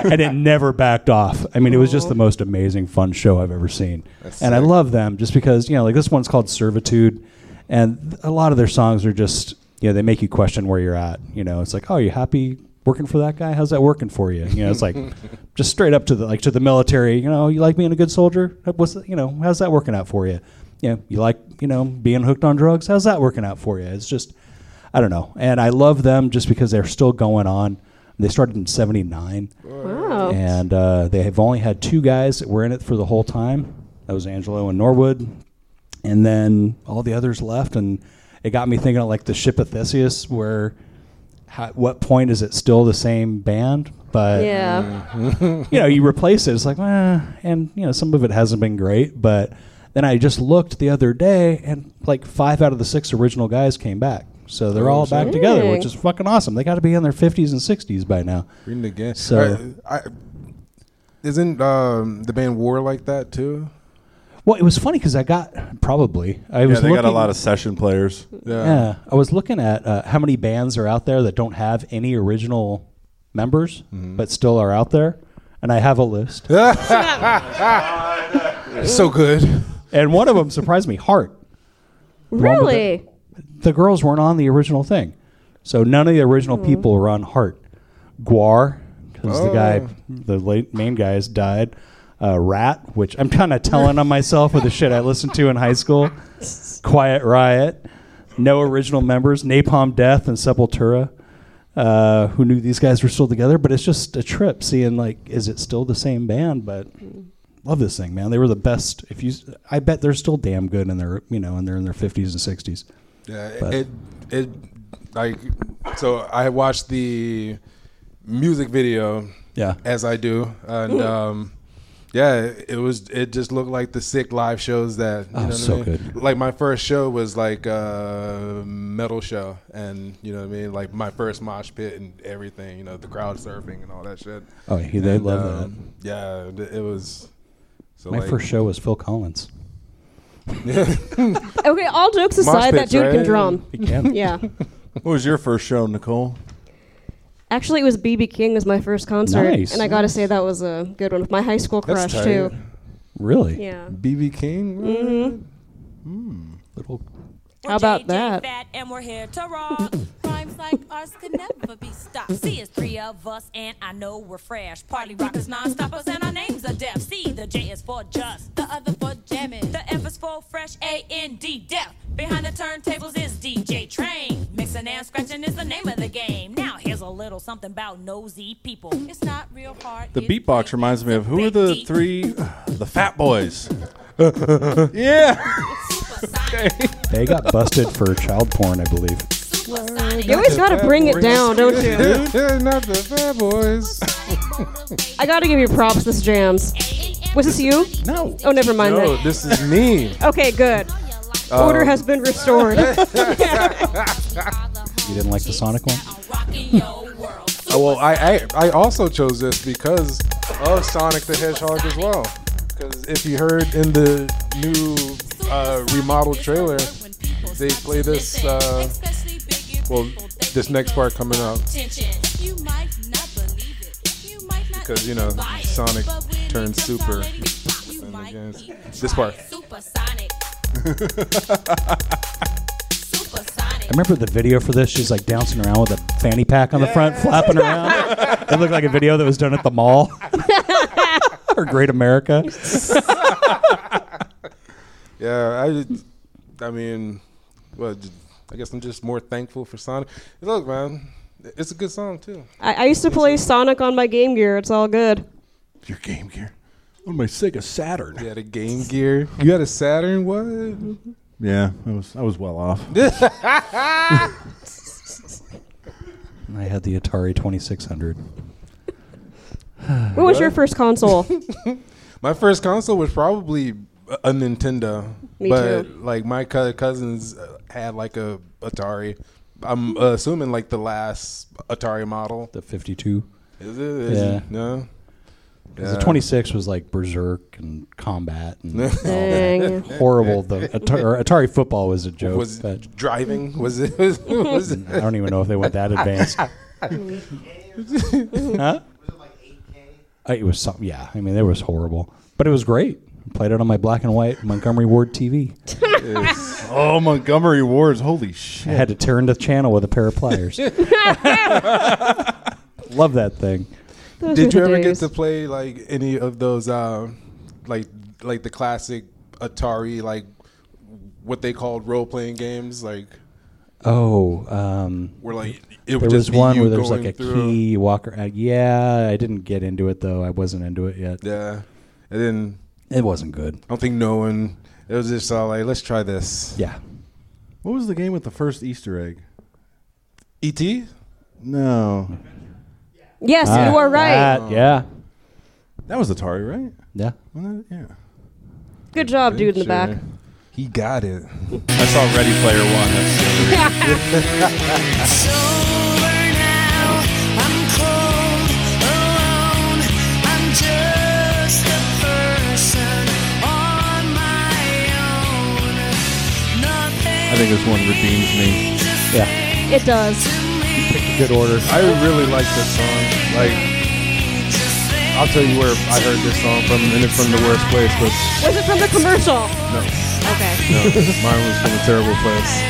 Speaker 1: and it never backed off. I mean, it was just the most amazing, fun show I've ever seen. and I love them just because, you know, like this one's called Servitude. And th- a lot of their songs are just, you know, they make you question where you're at. You know, it's like, oh, you happy working for that guy? How's that working for you? You know, it's like just straight up to the like to the military. You know, you like being a good soldier? What's the, you know, how's that working out for you? You know, you like you know being hooked on drugs? How's that working out for you? It's just, I don't know. And I love them just because they're still going on. They started in '79,
Speaker 4: Wow.
Speaker 1: and uh, they have only had two guys that were in it for the whole time. That was Angelo and Norwood and then all the others left and it got me thinking of like the ship of theseus where how, what point is it still the same band but
Speaker 4: Yeah.
Speaker 1: you know you replace it it's like eh. and you know some of it hasn't been great but then i just looked the other day and like five out of the six original guys came back so they're all back together which
Speaker 4: Dang.
Speaker 1: is fucking awesome they got to be in their 50s and 60s by now
Speaker 2: Reading again.
Speaker 1: So-
Speaker 2: I, I- isn't um, the band War like that too?
Speaker 1: well it was funny because i got probably i
Speaker 3: Yeah,
Speaker 1: was
Speaker 3: they got a
Speaker 1: looking-
Speaker 3: lot of session players.
Speaker 1: Yeah, I was looking at uh, how many bands are out there that don't have any original members, but still are out there, and I have a list.
Speaker 2: So good.
Speaker 1: and one of them surprised me. Heart.
Speaker 4: Really?
Speaker 1: The girls weren't on the original thing, so none of the original people were on Heart. Guar, because the guy, the late main guys died. Uh, Rat, which I'm kind of telling on myself with the shit I listened to in high school. Quiet Riot, no original members. Napalm Death and Sepultura. uh, who knew these guys were still together. But it's just a trip seeing like, is it still the same band? But love this thing, man. They were the best. If you, I bet they're still damn good in their, you know, and they're in their fifties and sixties.
Speaker 2: Yeah, it, it like so I watched the music video.
Speaker 1: Yeah.
Speaker 2: As I do, and um, yeah, it was it just looked like the sick live shows that you know what I
Speaker 1: Oh, so
Speaker 2: mean?
Speaker 1: good.
Speaker 2: Like my first show was like a metal show, and you know what I mean. Like my first mosh pit and everything. You know the crowd surfing and all that shit.
Speaker 1: Oh, he, they love that.
Speaker 2: Um, yeah, th- it was. So
Speaker 1: My
Speaker 2: like,
Speaker 1: first show was Phil Collins.
Speaker 4: Okay, all jokes
Speaker 2: Mosh
Speaker 4: aside, that
Speaker 2: pits,
Speaker 4: dude can
Speaker 2: right?
Speaker 4: drum.
Speaker 1: He can.
Speaker 4: Yeah.
Speaker 3: What was your first show, Nicole?
Speaker 4: Actually, it was BB King was my first concert,
Speaker 1: Nice.
Speaker 4: and I gotta say that was a good one with my high school
Speaker 2: That's
Speaker 4: crush
Speaker 2: tight.
Speaker 4: too.
Speaker 1: really?
Speaker 4: Yeah.
Speaker 2: BB King.
Speaker 1: Little.
Speaker 4: How about that?
Speaker 8: Fat and we're here to rock. Rhymes like ours could never be stopped. See, it's three of us, and I know we're fresh. Party rockers, non-stoppers, and our names are deaf. See, the J is for just, the other for jamming, the F is for fresh, A N D deaf. Behind the turntables is DJ Train. Mixing and scratching is the name of the game. Now here's a little something about nosy people. It's not real hard.
Speaker 3: The
Speaker 8: it's
Speaker 3: beatbox
Speaker 8: fake.
Speaker 3: reminds me of who are
Speaker 8: Big
Speaker 3: the
Speaker 8: D.
Speaker 3: three, the Fat Boys. yeah,
Speaker 1: They got busted for child porn, I believe.
Speaker 4: You always gotta bring it down, don't you?
Speaker 2: Yeah, not the bad boys.
Speaker 4: I gotta give you props. This jams. Was this you?
Speaker 2: No.
Speaker 4: Oh, never mind.
Speaker 2: No, Oh.
Speaker 4: then.
Speaker 2: this is me.
Speaker 4: Okay, good. Order has been restored.
Speaker 1: You didn't like the Sonic one?
Speaker 2: Oh, well, I, I I also chose this because of Sonic the Hedgehog as well. Because if you heard in the new uh, remodeled trailer, they play this. Uh, well, this next part coming up because you know Sonic turned super. And again, This part.
Speaker 8: Supersonic. Supersonic.
Speaker 1: I remember the video for this. She's like bouncing around with a fanny pack on the front, flapping around. it looked like a video that was done at the mall or Great America.
Speaker 2: Yeah, I, just- I mean, well, j- I guess I'm just more thankful for Sonic. Look, man, it's a good song too.
Speaker 4: I, I used to play Sonic on my Game Gear. It's all good.
Speaker 3: Your Game Gear. On my Sega Saturn.
Speaker 2: You had a Game Gear. You had a Saturn. What?
Speaker 3: Yeah, I was I was well off.
Speaker 1: I had the Atari 2600.
Speaker 4: What was your first console?
Speaker 2: My first console was probably a- a Nintendo.
Speaker 4: Me
Speaker 2: but
Speaker 4: too.
Speaker 2: like my co- cousins uh, had like a Atari. I'm uh, assuming like the last Atari model.
Speaker 1: The 52.
Speaker 2: Is it? Is
Speaker 1: Yeah.
Speaker 2: It? No.
Speaker 1: 'Cause
Speaker 2: Yeah.
Speaker 1: The 26 was like Berserk and Combat and all that
Speaker 4: Dang.
Speaker 1: horrible. The Atari, or Atari football was a joke.
Speaker 2: Was
Speaker 1: but
Speaker 2: it driving? Was it? Was, was it?
Speaker 1: I don't even know if they went that advanced. huh? Uh, It was some, yeah. I mean, it was horrible, but it was great. I played it on my black and white Montgomery Ward TV.
Speaker 3: Oh, Montgomery Wards. Holy shit.
Speaker 1: I had to turn the channel with a pair of pliers. Love that thing.
Speaker 4: Those were
Speaker 2: Did
Speaker 4: the
Speaker 2: you ever get
Speaker 4: days.
Speaker 2: to play like any of those, um, like like the classic Atari, like what they called role playing games, like
Speaker 1: Oh, um,
Speaker 2: where like it would
Speaker 1: there
Speaker 2: just
Speaker 1: was
Speaker 2: be
Speaker 1: one
Speaker 2: you
Speaker 1: where there was
Speaker 2: going
Speaker 1: like a
Speaker 2: through.
Speaker 1: key you walk around. Yeah, I didn't get into it though. I wasn't into it yet.
Speaker 2: Yeah, and then
Speaker 1: It wasn't good.
Speaker 2: I don't think no one. It was just all like, let's try this.
Speaker 1: Yeah.
Speaker 3: What was the game with the first Easter egg?
Speaker 2: E.T.
Speaker 3: No.
Speaker 4: Yes,
Speaker 2: Ah,
Speaker 4: you are right.
Speaker 1: That, yeah.
Speaker 3: That was Atari, right?
Speaker 1: Yeah.
Speaker 3: Wasn't it? Yeah.
Speaker 4: Good job, dude in the back.
Speaker 2: He got it.
Speaker 3: I saw Ready Player One. That's I think this one redeems me.
Speaker 1: Yeah.
Speaker 4: It does.
Speaker 1: Good order.
Speaker 2: I really like this song. Like, I'll tell you where I heard this song from, and it's from the worst place, but
Speaker 4: Was it from the commercial?
Speaker 2: no,
Speaker 4: Okay.
Speaker 2: no, mine was from a terrible place.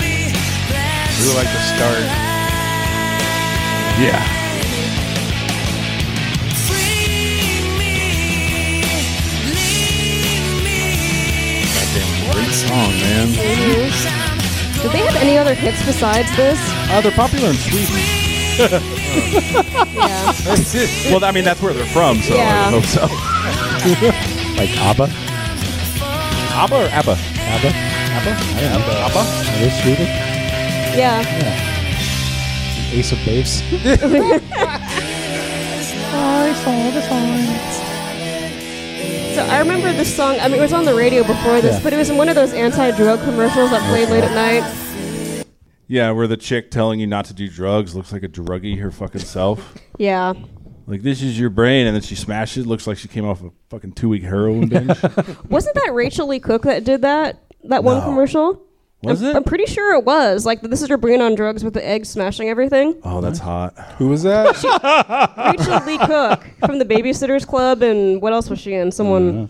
Speaker 2: We would like to start.
Speaker 3: Yeah. Great song, man.
Speaker 4: Did they have any other hits besides this?
Speaker 3: Uh, they're popular in Sweden.
Speaker 4: Yeah.
Speaker 3: Well, I mean, that's where they're from, so
Speaker 4: Yeah.
Speaker 3: I would hope so.
Speaker 1: Like ABBA.
Speaker 3: ABBA or ABBA?
Speaker 1: ABBA. ABBA. I don't know.
Speaker 3: ABBA?
Speaker 1: Are they Swedish?
Speaker 4: yeah.
Speaker 1: Ace of Base.
Speaker 4: So I remember this song. I mean, it was on the radio before this,
Speaker 1: Yeah.
Speaker 4: but it was in one of those anti-drug commercials that played late at night.
Speaker 3: Yeah, where the chick telling you not to do drugs looks like a druggie her fucking self.
Speaker 4: Yeah.
Speaker 3: Like, this is your brain, and then she smashes it. Looks like she came off a fucking two week heroin binge.
Speaker 4: Wasn't that Rachel Lee Cook that did that? That one commercial?
Speaker 3: Was
Speaker 4: I'm,
Speaker 3: it?
Speaker 4: I'm pretty sure it was. Like, this is your brain on drugs with the egg smashing everything.
Speaker 3: oh, that's hot.
Speaker 2: Who was that?
Speaker 4: Rachel Lee Cook from the Babysitters Club, and what else was she in?
Speaker 3: Mm-hmm.
Speaker 4: Someone.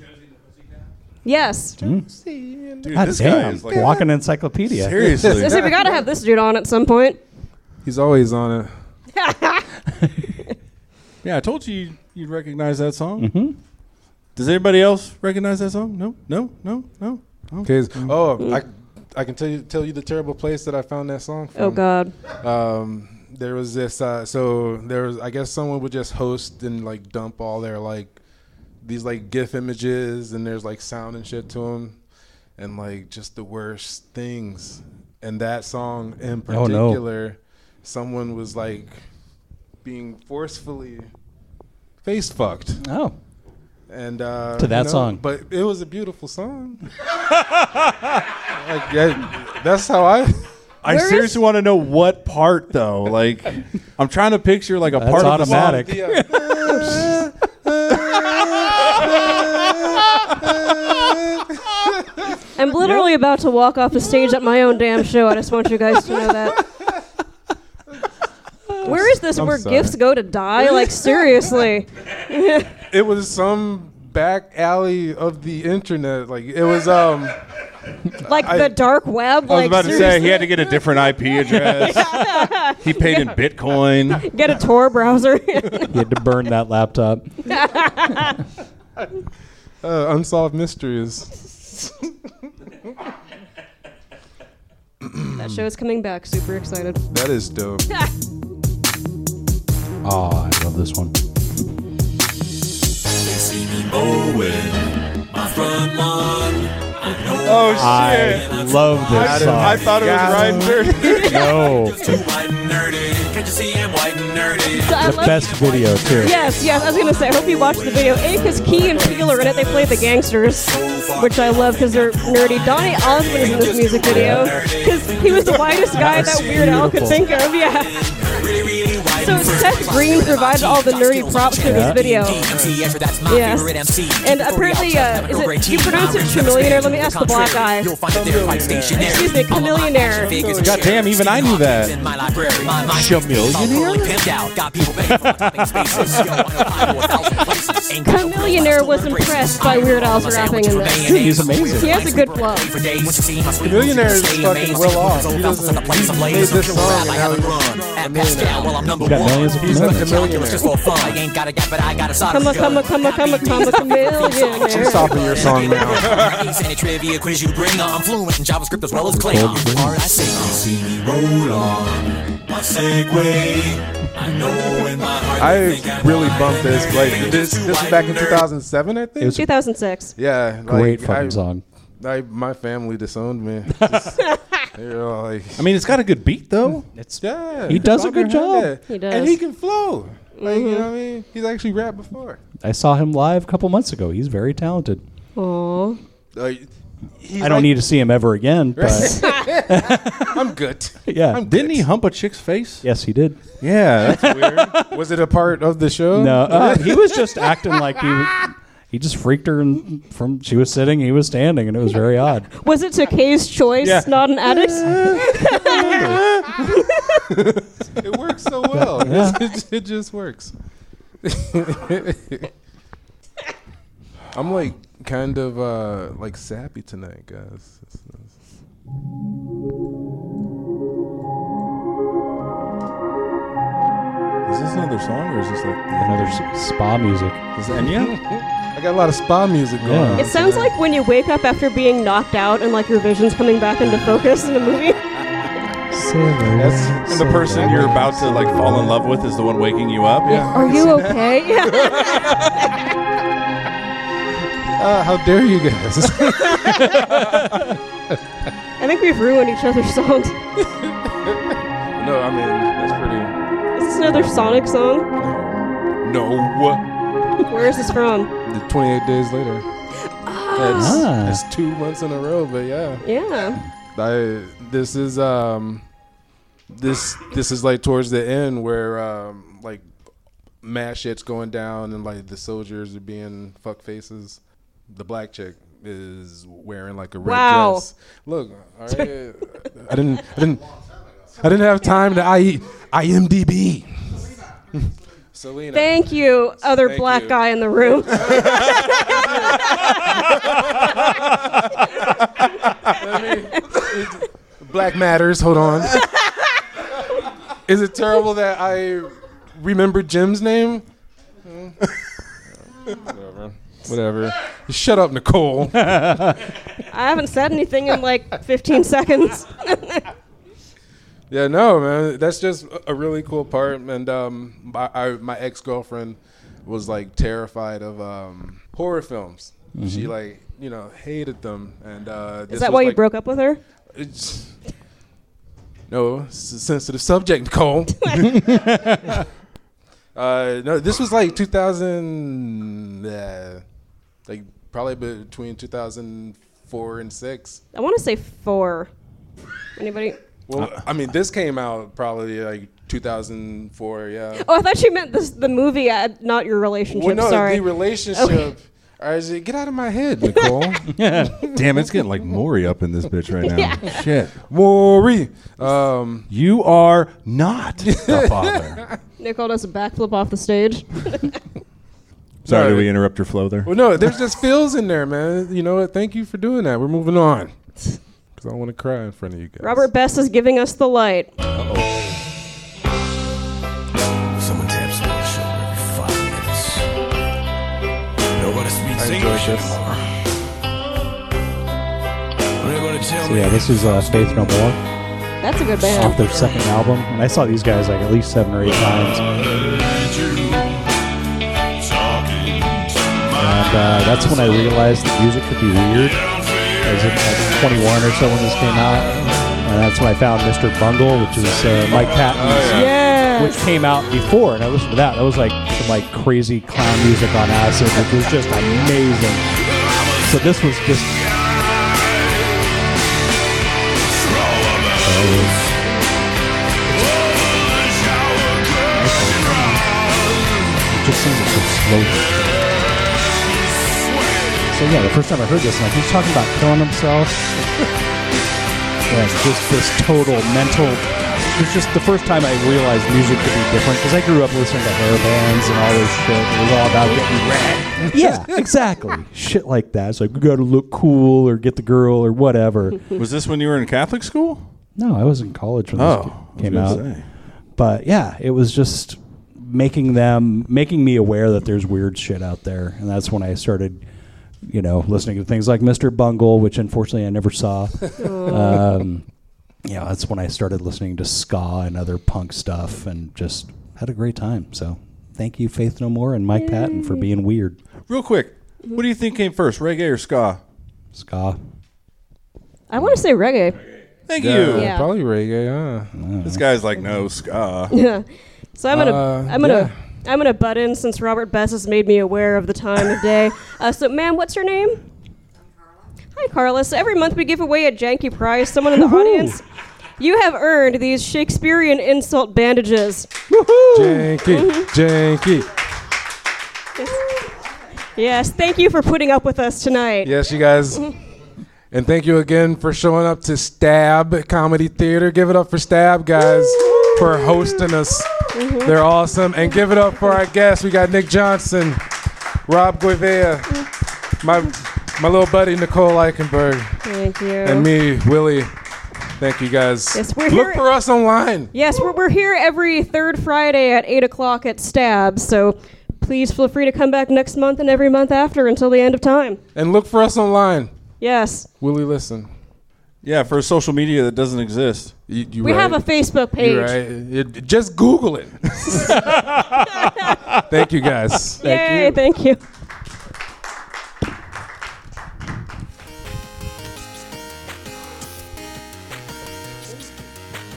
Speaker 4: Yes.
Speaker 3: Dude,
Speaker 1: God damn. Walking encyclopedia.
Speaker 3: Seriously.
Speaker 4: Listen, we gotta have this dude on at some point.
Speaker 2: He's always on it.
Speaker 3: Yeah, I told you you'd- you'd recognize that song. Mm-hmm. Does anybody else recognize that song? No, no, no, no. no.
Speaker 2: Cause oh, I I can tell you tell you the terrible place that I found that song from.
Speaker 4: Oh God.
Speaker 2: um, there was this uh, so there was i guess someone would just host and like dump all their like these like gif images and there's like sound and shit to them and like just the worst things and that song in
Speaker 1: Oh, no.
Speaker 2: particular someone was like being forcefully face fucked
Speaker 1: Oh.
Speaker 2: and uh,
Speaker 1: To that song.
Speaker 2: but it was a beautiful song like yeah, that's how i
Speaker 3: I
Speaker 4: Where is-
Speaker 3: seriously want to know what part though. Like, I'm trying to picture like a
Speaker 1: That's
Speaker 3: part
Speaker 1: automatic.
Speaker 3: of the song.
Speaker 2: yeah.
Speaker 4: I'm literally about to walk off the stage at my own damn show. I just want you guys to know that. Where is this
Speaker 2: I'm
Speaker 4: where
Speaker 2: sorry.
Speaker 4: gifts go to die? Like seriously.
Speaker 2: it was some back alley of the internet. Like it was um.
Speaker 4: Like
Speaker 2: I-
Speaker 4: the dark web.
Speaker 3: I was
Speaker 4: like
Speaker 3: about to say
Speaker 4: seriously?
Speaker 3: he had to get a different IP address. He paid in Bitcoin.
Speaker 4: get a Tor browser.
Speaker 1: You had to burn that laptop.
Speaker 2: Uh, unsolved mysteries.
Speaker 4: that show's coming back. Super excited.
Speaker 2: That is dope.
Speaker 1: Oh, I love this one.
Speaker 2: Oh shit!
Speaker 1: I love this song.
Speaker 2: I thought it was Ryan Dirty.
Speaker 1: no,
Speaker 4: So I
Speaker 1: the
Speaker 4: love-
Speaker 1: best video too.
Speaker 4: Yes, yes. I was gonna say. I hope you watch the video. A, because Key and Peel are in it. They play the gangsters, which I love because they're nerdy. Donny Osmond is in this music video because he was the whitest guy that Weird Al could think of. Yeah. So Seth Green provides all the nerdy props for this video. Yes. And apparently, uh, is it, you pronounce it chameleonaire? Let me ask the black guy. Excuse me, chameleonaire.
Speaker 3: Goddamn, even I knew that.
Speaker 4: Chameleonaire was impressed by Weird Al's rapping in this.
Speaker 1: Dude, he's amazing.
Speaker 4: He has a good flow.
Speaker 2: Millionaire is fucking well off. He doesn't. He made this song. And now
Speaker 1: He's got millions of
Speaker 2: he's
Speaker 1: millions.
Speaker 2: like a millionaire.
Speaker 4: Come on, come on, come on, come on, come on,
Speaker 2: I'm
Speaker 4: chameleonaire.
Speaker 2: stopping your song now. I really bumped this. Like this. This was back in 2007, I think.
Speaker 1: It was a
Speaker 4: 2006.
Speaker 2: yeah, like,
Speaker 1: great
Speaker 2: I,
Speaker 1: fucking song.
Speaker 2: I, my family disowned me. Just- they were all like,
Speaker 3: I mean, it's got a good beat though.
Speaker 1: Hmm. It's
Speaker 2: yeah,
Speaker 1: He does a
Speaker 2: Bobby
Speaker 1: good job.
Speaker 2: Hernandez.
Speaker 4: He does.
Speaker 2: and he Mm-hmm. can flow. Like you know what I mean? He's actually rapped before.
Speaker 1: I saw him live a couple months ago. He's very talented.
Speaker 4: Aww.
Speaker 2: Like, he's
Speaker 1: I don't
Speaker 2: like,
Speaker 1: need to see him ever again, but
Speaker 2: I'm good.
Speaker 1: yeah.
Speaker 2: I'm
Speaker 3: Didn't he hump a chick's face?
Speaker 1: Yes, he did.
Speaker 3: Yeah. That's
Speaker 2: Was it a part of the show?
Speaker 1: No, uh, he was just acting like he was, he just freaked her and from she was sitting, he was standing, and it was very odd.
Speaker 4: Was it to Kay's choice,
Speaker 3: Yeah.
Speaker 4: not an addict?
Speaker 2: It works so well.
Speaker 1: Yeah.
Speaker 2: it, it just works. I'm like kind of uh like sappy tonight, guys.
Speaker 3: is this another song or is this like
Speaker 1: Another s- spa music.
Speaker 3: Is it Enya?
Speaker 2: I got a lot of spa music going
Speaker 1: Yeah.
Speaker 2: on.
Speaker 4: It sounds like when you wake up after being knocked out and like your vision's coming back into focus in a movie.
Speaker 2: That's-
Speaker 3: And the person you're about to like fall in love with is the one waking you up.
Speaker 2: Yeah.
Speaker 4: Are you okay? Yeah.
Speaker 2: Uh, how dare you guys?
Speaker 4: I think we've ruined each other's songs.
Speaker 2: no, I mean that's pretty.
Speaker 4: Is this another Sonic song?
Speaker 2: No,
Speaker 4: Where is this from?
Speaker 2: the 28 days later. That's,
Speaker 1: Ah.
Speaker 2: that's two months in a row, but yeah.
Speaker 4: Yeah.
Speaker 2: I this is um this this is like towards the end where um like mass shit's going down and like the soldiers are being fuck faces. The black chick is wearing like a red
Speaker 4: Wow.
Speaker 2: dress. Look, all right, I didn't I didn't I didn't have time to I IMDb. Selena.
Speaker 4: Thank you, other
Speaker 2: Thank
Speaker 4: black
Speaker 2: you.
Speaker 4: guy in the room.
Speaker 2: Black Matters. Hold on. Is it terrible that I remember Jim's name? Whatever. Whatever. Shut up, Nicole.
Speaker 4: I haven't said anything in like 15 seconds.
Speaker 2: Yeah, no, man. That's just a- a really cool part. And um, my, I, my ex girlfriend was like terrified of um, horror films. She like you know hated them. And uh,
Speaker 4: Is that why you broke up with her?
Speaker 2: It's, no, it's a sensitive subject, Nicole. uh, no, this was like 2000, uh, like probably between 2004 and six.
Speaker 4: I want to say four. Anybody?
Speaker 2: Well, I mean, this came out probably like 2004. Yeah.
Speaker 4: Oh, I thought you meant this, the movie, uh, not your relationship.
Speaker 2: well, no,
Speaker 4: Sorry.
Speaker 2: the relationship.
Speaker 4: Okay.
Speaker 2: I was like, get out of my head, Nicole.
Speaker 3: Damn, it's getting like Maury up in this bitch right now. Shit.
Speaker 2: Maury. Um,
Speaker 3: You are not the father.
Speaker 4: Nicole does a backflip off the stage.
Speaker 3: Sorry,
Speaker 2: No,
Speaker 3: did we
Speaker 2: it-
Speaker 3: interrupt your flow there?
Speaker 2: Well, no, there's just feels in there, man. You know what? Thank you for doing that. We're moving on. Because I don't want to cry in front of you guys.
Speaker 4: Robert Best is giving us the light.
Speaker 7: Someone taps me on the shoulder every five minutes. Nobody
Speaker 2: I
Speaker 7: speaks
Speaker 2: enjoyed
Speaker 7: English
Speaker 2: this.
Speaker 7: anymore. They're gonna tell
Speaker 1: So
Speaker 7: me
Speaker 1: yeah, this is uh, Faith No More
Speaker 4: That's a good
Speaker 1: off
Speaker 4: band.
Speaker 1: their second album, and I saw these guys like at least seven or eight times, and uh, that's when I realized that music could be weird. I was like 21 or so when this came out, and that's when I found Mr. Bungle, which is uh, Mike Patton's
Speaker 4: Oh,
Speaker 1: which
Speaker 4: Yes.
Speaker 1: came out before, and I listened to that. That was like some like crazy clown music on acid, which was just amazing. So this was just. It just seems like it's slow. So yeah, the first time I heard this, I'm like he's talking about killing himself. Yeah, just this total mental. It was just the first time I realized music could be different because I grew up listening to hair bands and all this shit. It was all about getting rad. Yeah, exactly. shit like that. It's like we got to look cool or get the girl or whatever.
Speaker 3: Was this when you were in Catholic school?
Speaker 1: no, I was in college when
Speaker 3: Oh, I was
Speaker 1: this came
Speaker 3: gonna
Speaker 1: out.
Speaker 3: say.
Speaker 1: But yeah, it was just making them making me aware that there's weird shit out there, and that's when I started. You know, listening to things like Mr. Bungle, which unfortunately I never saw. um, you know, that's when I started listening to ska and other punk stuff and just had a great time. So thank you, Faith No More and Mike Patton for being weird.
Speaker 3: Real quick, what do you think came first, reggae or ska?
Speaker 1: Ska.
Speaker 4: I want to say reggae.
Speaker 3: Thank
Speaker 2: Yeah,
Speaker 3: you.
Speaker 4: Yeah.
Speaker 2: Probably reggae, huh?
Speaker 3: This guy's like, no, ska.
Speaker 4: So I'm gonna
Speaker 2: Uh,
Speaker 4: I'm gonna I'm gonna butt in since Robert Bess has made me aware of the time of day. Uh, so, ma'am, what's your name? Hi, Carla. So every month we give away a janky prize. Someone in the audience, you have earned these Shakespearean insult bandages.
Speaker 2: Janky, janky.
Speaker 4: Yes, thank you for putting up with us tonight.
Speaker 2: Yes, you guys. And thank you again for showing up to Stab Comedy Theater. Give it up for Stab, guys, for hosting us.
Speaker 4: Mm-hmm,
Speaker 2: They're awesome. And give it up for our guests. We got Nick Johnson, Rob Guevara, my my little buddy Nicole Eichenberg,
Speaker 4: Thank you.
Speaker 2: and me, Willie. Thank you guys.
Speaker 4: Yes, we're
Speaker 2: Look
Speaker 4: here-
Speaker 2: for us online.
Speaker 4: Yes, we're, we're here every third Friday at 8 o'clock at Stab, so please feel free to come back next month and every month after until the end of time.
Speaker 2: And look for us online.
Speaker 4: Yes.
Speaker 2: Willie, listen.
Speaker 3: Yeah, for social media that doesn't exist.
Speaker 2: You, you
Speaker 4: We
Speaker 2: right.
Speaker 4: have a Facebook page.
Speaker 2: You right. It- it- just Google it. Thank you guys.
Speaker 4: Yay, thank you.